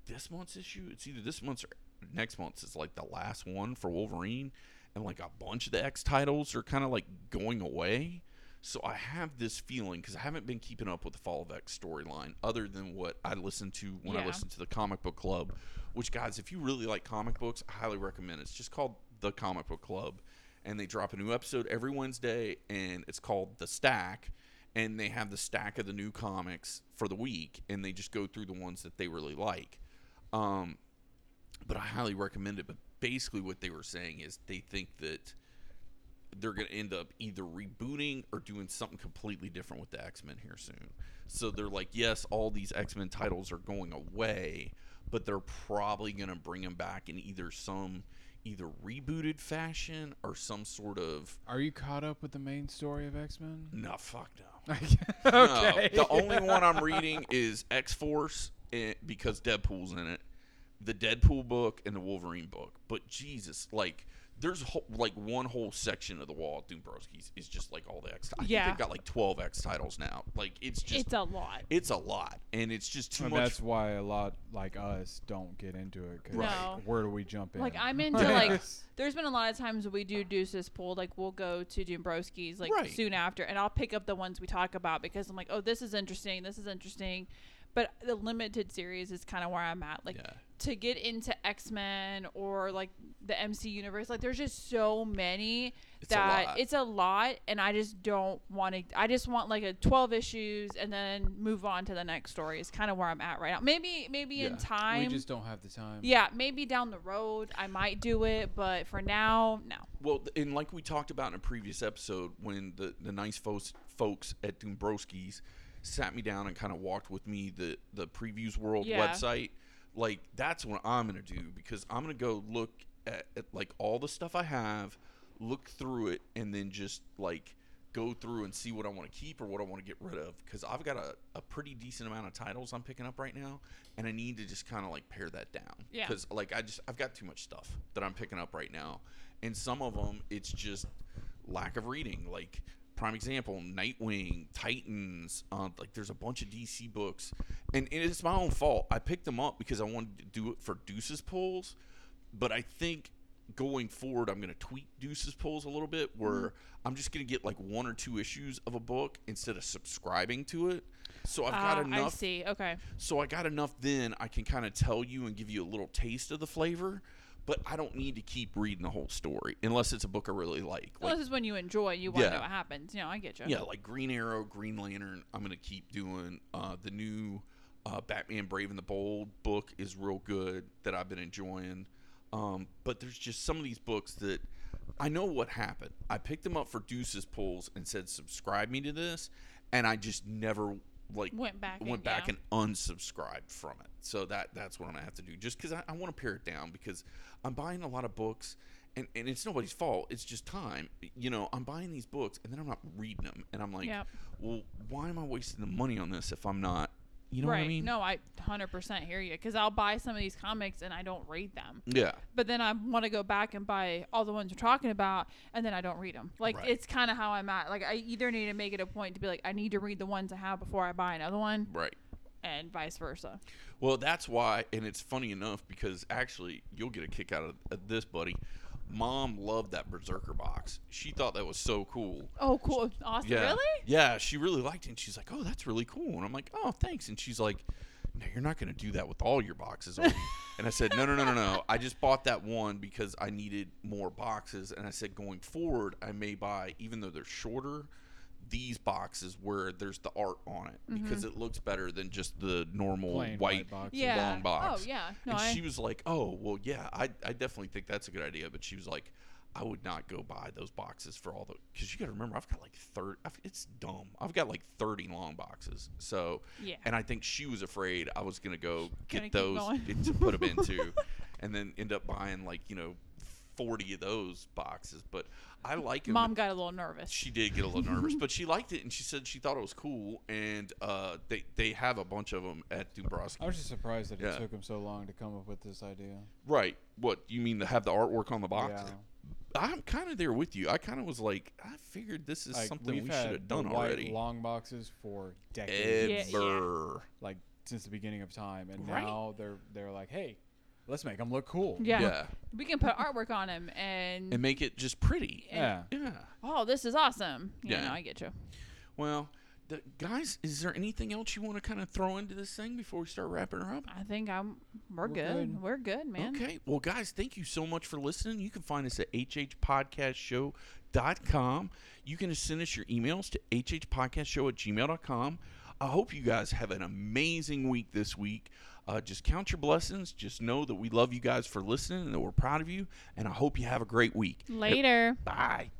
[SPEAKER 1] this month's issue. It's either this month's or next month's is like the last one for Wolverine, and like a bunch of the X titles are kind of like going away. So I have this feeling because I haven't been keeping up with the Fall of X storyline, other than what I listened to when I
[SPEAKER 2] Yeah.
[SPEAKER 1] listened to the Comic Book Club. Which guys, if you really like comic books, I highly recommend. it. It's just called the Comic Book Club, and they drop a new episode every Wednesday, and it's called the Stack. And they have the stack of the new comics for the week, and they just go through the ones that they really like. Um, but I highly recommend it. But basically, what they were saying is they think that they're going to end up either rebooting or doing something completely different with the X Men here soon. So they're like, yes, all these X Men titles are going away, but they're probably going to bring them back in either some either rebooted fashion or some sort of
[SPEAKER 3] Are you caught up with the main story of X Men?
[SPEAKER 1] no fuck no. No,
[SPEAKER 3] okay.
[SPEAKER 1] the only one I'm reading is X Force because Deadpool's in it, the Deadpool book and the Wolverine book. But Jesus, like there's whole, like one whole section of the wall at Doombroski's is just like all the X. I
[SPEAKER 2] Yeah.
[SPEAKER 1] think they've got like 12 X titles now. Like it's just
[SPEAKER 2] it's
[SPEAKER 1] it's
[SPEAKER 2] a lot.
[SPEAKER 1] a, lot, and it's just too
[SPEAKER 3] And
[SPEAKER 1] much.
[SPEAKER 3] that's why a lot like us don't get into it. 'cause
[SPEAKER 2] Right.
[SPEAKER 3] Where do we jump in?
[SPEAKER 2] Like I'm into
[SPEAKER 1] Yeah.
[SPEAKER 2] like there's been a lot of times we do Deuces pool, like we'll go to Dombrowski's like
[SPEAKER 1] Right.
[SPEAKER 2] soon after and I'll pick up the ones we talk about because I'm like, Oh, this is interesting, this is interesting. But the limited series is kind of where I'm at. Like
[SPEAKER 1] Yeah.
[SPEAKER 2] to get into X Men or like the MC universe, like there's just so many
[SPEAKER 1] It's a
[SPEAKER 2] that
[SPEAKER 1] lot.
[SPEAKER 2] it's a lot, and I just don't want to. I just want like a 12 issues and then move on to the next story. Is kind of where I'm at right now. Maybe maybe in
[SPEAKER 1] Yeah. We
[SPEAKER 2] time,
[SPEAKER 3] we just don't have the time.
[SPEAKER 2] yeah, maybe down the road I might do it, but for now, no.
[SPEAKER 1] Well, th- and like we talked about in a previous episode, when the the nice folks folks at Doombrowski's sat me down and kind of walked with me the the previews world
[SPEAKER 2] Yeah.
[SPEAKER 1] website, like that's what I'm gonna do because I'm gonna go look at, at like all the stuff I have, look through it, and then just like go through and see what I want to keep or what I want to get rid of because I've got a, a pretty decent amount of titles I'm picking up right now and I need to just kind of like pare that down
[SPEAKER 2] Yeah.
[SPEAKER 1] because like I just I've got too much stuff that I'm picking up right now, and some of them it's just lack of reading. Like prime example, Nightwing, Titans. Uh, like there's a bunch of DC books, and, and it's my own fault. I picked them up because I wanted to do it for Deuces pulls, but I think going forward I'm gonna tweak Deuces pulls a little bit where
[SPEAKER 2] Mm-hmm.
[SPEAKER 1] I'm just gonna get like one or two issues of a book instead of subscribing to it. So I've got
[SPEAKER 2] Ah, I
[SPEAKER 1] enough
[SPEAKER 2] see. Okay.
[SPEAKER 1] so I got enough then I can kind of tell you and give you a little taste of the flavor, but I don't need to keep reading the whole story unless it's a book I really like.
[SPEAKER 2] Well,
[SPEAKER 1] Like
[SPEAKER 2] this is when you enjoy. You want to
[SPEAKER 1] Yeah.
[SPEAKER 2] know what happens. You know, I get you.
[SPEAKER 1] yeah, like Green Arrow, Green Lantern, I'm going to keep doing uh, the new uh, Batman Brave and the Bold book is real good that I've been enjoying. Um, but there's just some of these books that I know what happened. I picked them up for Deuces pulls and said subscribe me to this and I just never like
[SPEAKER 2] Went back
[SPEAKER 1] went
[SPEAKER 2] and-
[SPEAKER 1] back
[SPEAKER 2] yeah.
[SPEAKER 1] and unsubscribed from it. So that that's what I'm gonna have to do. Just because I, I want to pare it down because I'm buying a lot of books, and, and it's nobody's fault. It's just time. You know, I'm buying these books and then I'm not reading them, and I'm like,
[SPEAKER 2] Yep.
[SPEAKER 1] well, why am I wasting the money on this if I'm not? You know
[SPEAKER 2] right.
[SPEAKER 1] what I mean?
[SPEAKER 2] No, I 100% hear you because I'll buy some of these comics and I don't read them.
[SPEAKER 1] Yeah.
[SPEAKER 2] But then I want to go back and buy all the ones you're talking about, and then I don't read them. Like
[SPEAKER 1] Right.
[SPEAKER 2] it's kind of how I'm at. Like I either need to make it a point to be like I need to read the ones I have before I buy another one,
[SPEAKER 1] Right.
[SPEAKER 2] and vice versa.
[SPEAKER 1] Well, that's why, and it's funny enough because actually, you'll get a kick out of, of this, buddy. Mom loved that Berserker box. She thought that was so cool.
[SPEAKER 2] Oh, cool! Awesome.
[SPEAKER 1] Yeah.
[SPEAKER 2] Really?
[SPEAKER 1] Yeah, she really liked it. And she's like, oh, that's really cool. And I'm like, oh, thanks. And she's like, no, you're not going to do that with all your boxes. are you?" and I said, no, no, no, no, no. I just bought that one because I needed more boxes. And I said, going forward, I may buy, even though they're shorter, these boxes where there's the art on it
[SPEAKER 2] Mm-hmm.
[SPEAKER 1] because it looks better than just the normal
[SPEAKER 3] Plain
[SPEAKER 1] white,
[SPEAKER 3] white box.
[SPEAKER 2] Yeah.
[SPEAKER 1] long box.
[SPEAKER 2] Oh, yeah. No,
[SPEAKER 1] and
[SPEAKER 2] I-
[SPEAKER 1] she was like, oh, well, yeah, I, I definitely think that's a good idea. But she was like, I would not go buy those boxes for all the because you got to remember I've got like thirty. I've, it's dumb. I've got like thirty long boxes. So
[SPEAKER 2] Yeah.
[SPEAKER 1] and I think she was afraid I was gonna go
[SPEAKER 2] Gonna
[SPEAKER 1] get
[SPEAKER 2] keep
[SPEAKER 1] those
[SPEAKER 2] going.
[SPEAKER 1] to put them into, and then end up buying like you know forty of those boxes. But I like 'em
[SPEAKER 2] Mom got a little nervous.
[SPEAKER 1] she did get a little nervous, but she liked it and she said she thought it was cool. And uh, they they have a bunch of them at Dubrovsky.
[SPEAKER 3] I was just surprised that it
[SPEAKER 1] Yeah.
[SPEAKER 3] took him so long to come up with this idea.
[SPEAKER 1] Right. What you mean to have the artwork on the box?
[SPEAKER 3] Yeah.
[SPEAKER 1] I'm kind of there with you. I kind of was like, I figured this is
[SPEAKER 3] Like,
[SPEAKER 1] something we
[SPEAKER 3] we've
[SPEAKER 1] should
[SPEAKER 3] had
[SPEAKER 1] have done
[SPEAKER 3] the white
[SPEAKER 1] already.
[SPEAKER 3] long boxes for decades.
[SPEAKER 2] Yeah, yeah.
[SPEAKER 1] Ever.
[SPEAKER 3] Like since the beginning of time, and
[SPEAKER 1] Right.
[SPEAKER 3] now they're they're like, hey, let's make them look cool.
[SPEAKER 2] Yeah.
[SPEAKER 1] Yeah.
[SPEAKER 2] We can put artwork on him and,
[SPEAKER 1] and make it just pretty.
[SPEAKER 3] Yeah.
[SPEAKER 1] Yeah.
[SPEAKER 2] oh, this is awesome. You
[SPEAKER 1] Yeah.
[SPEAKER 2] know, I get you.
[SPEAKER 1] Well, the, guys, is there anything else you want to kind of throw into this thing before we start wrapping her up?
[SPEAKER 2] I think I'm we're,
[SPEAKER 3] We're
[SPEAKER 2] good.
[SPEAKER 3] good.
[SPEAKER 2] We're good, man.
[SPEAKER 1] Okay. Well, guys, thank you so much for listening. You can find us at hhpodcastshow.com. You can send us your emails to hhpodcastshow at gmail.com. I hope you guys have an amazing week this week. Uh, just count your blessings. Just know that we love you guys for listening and that we're proud of you. And I hope you have a great week.
[SPEAKER 2] Later.
[SPEAKER 1] Bye.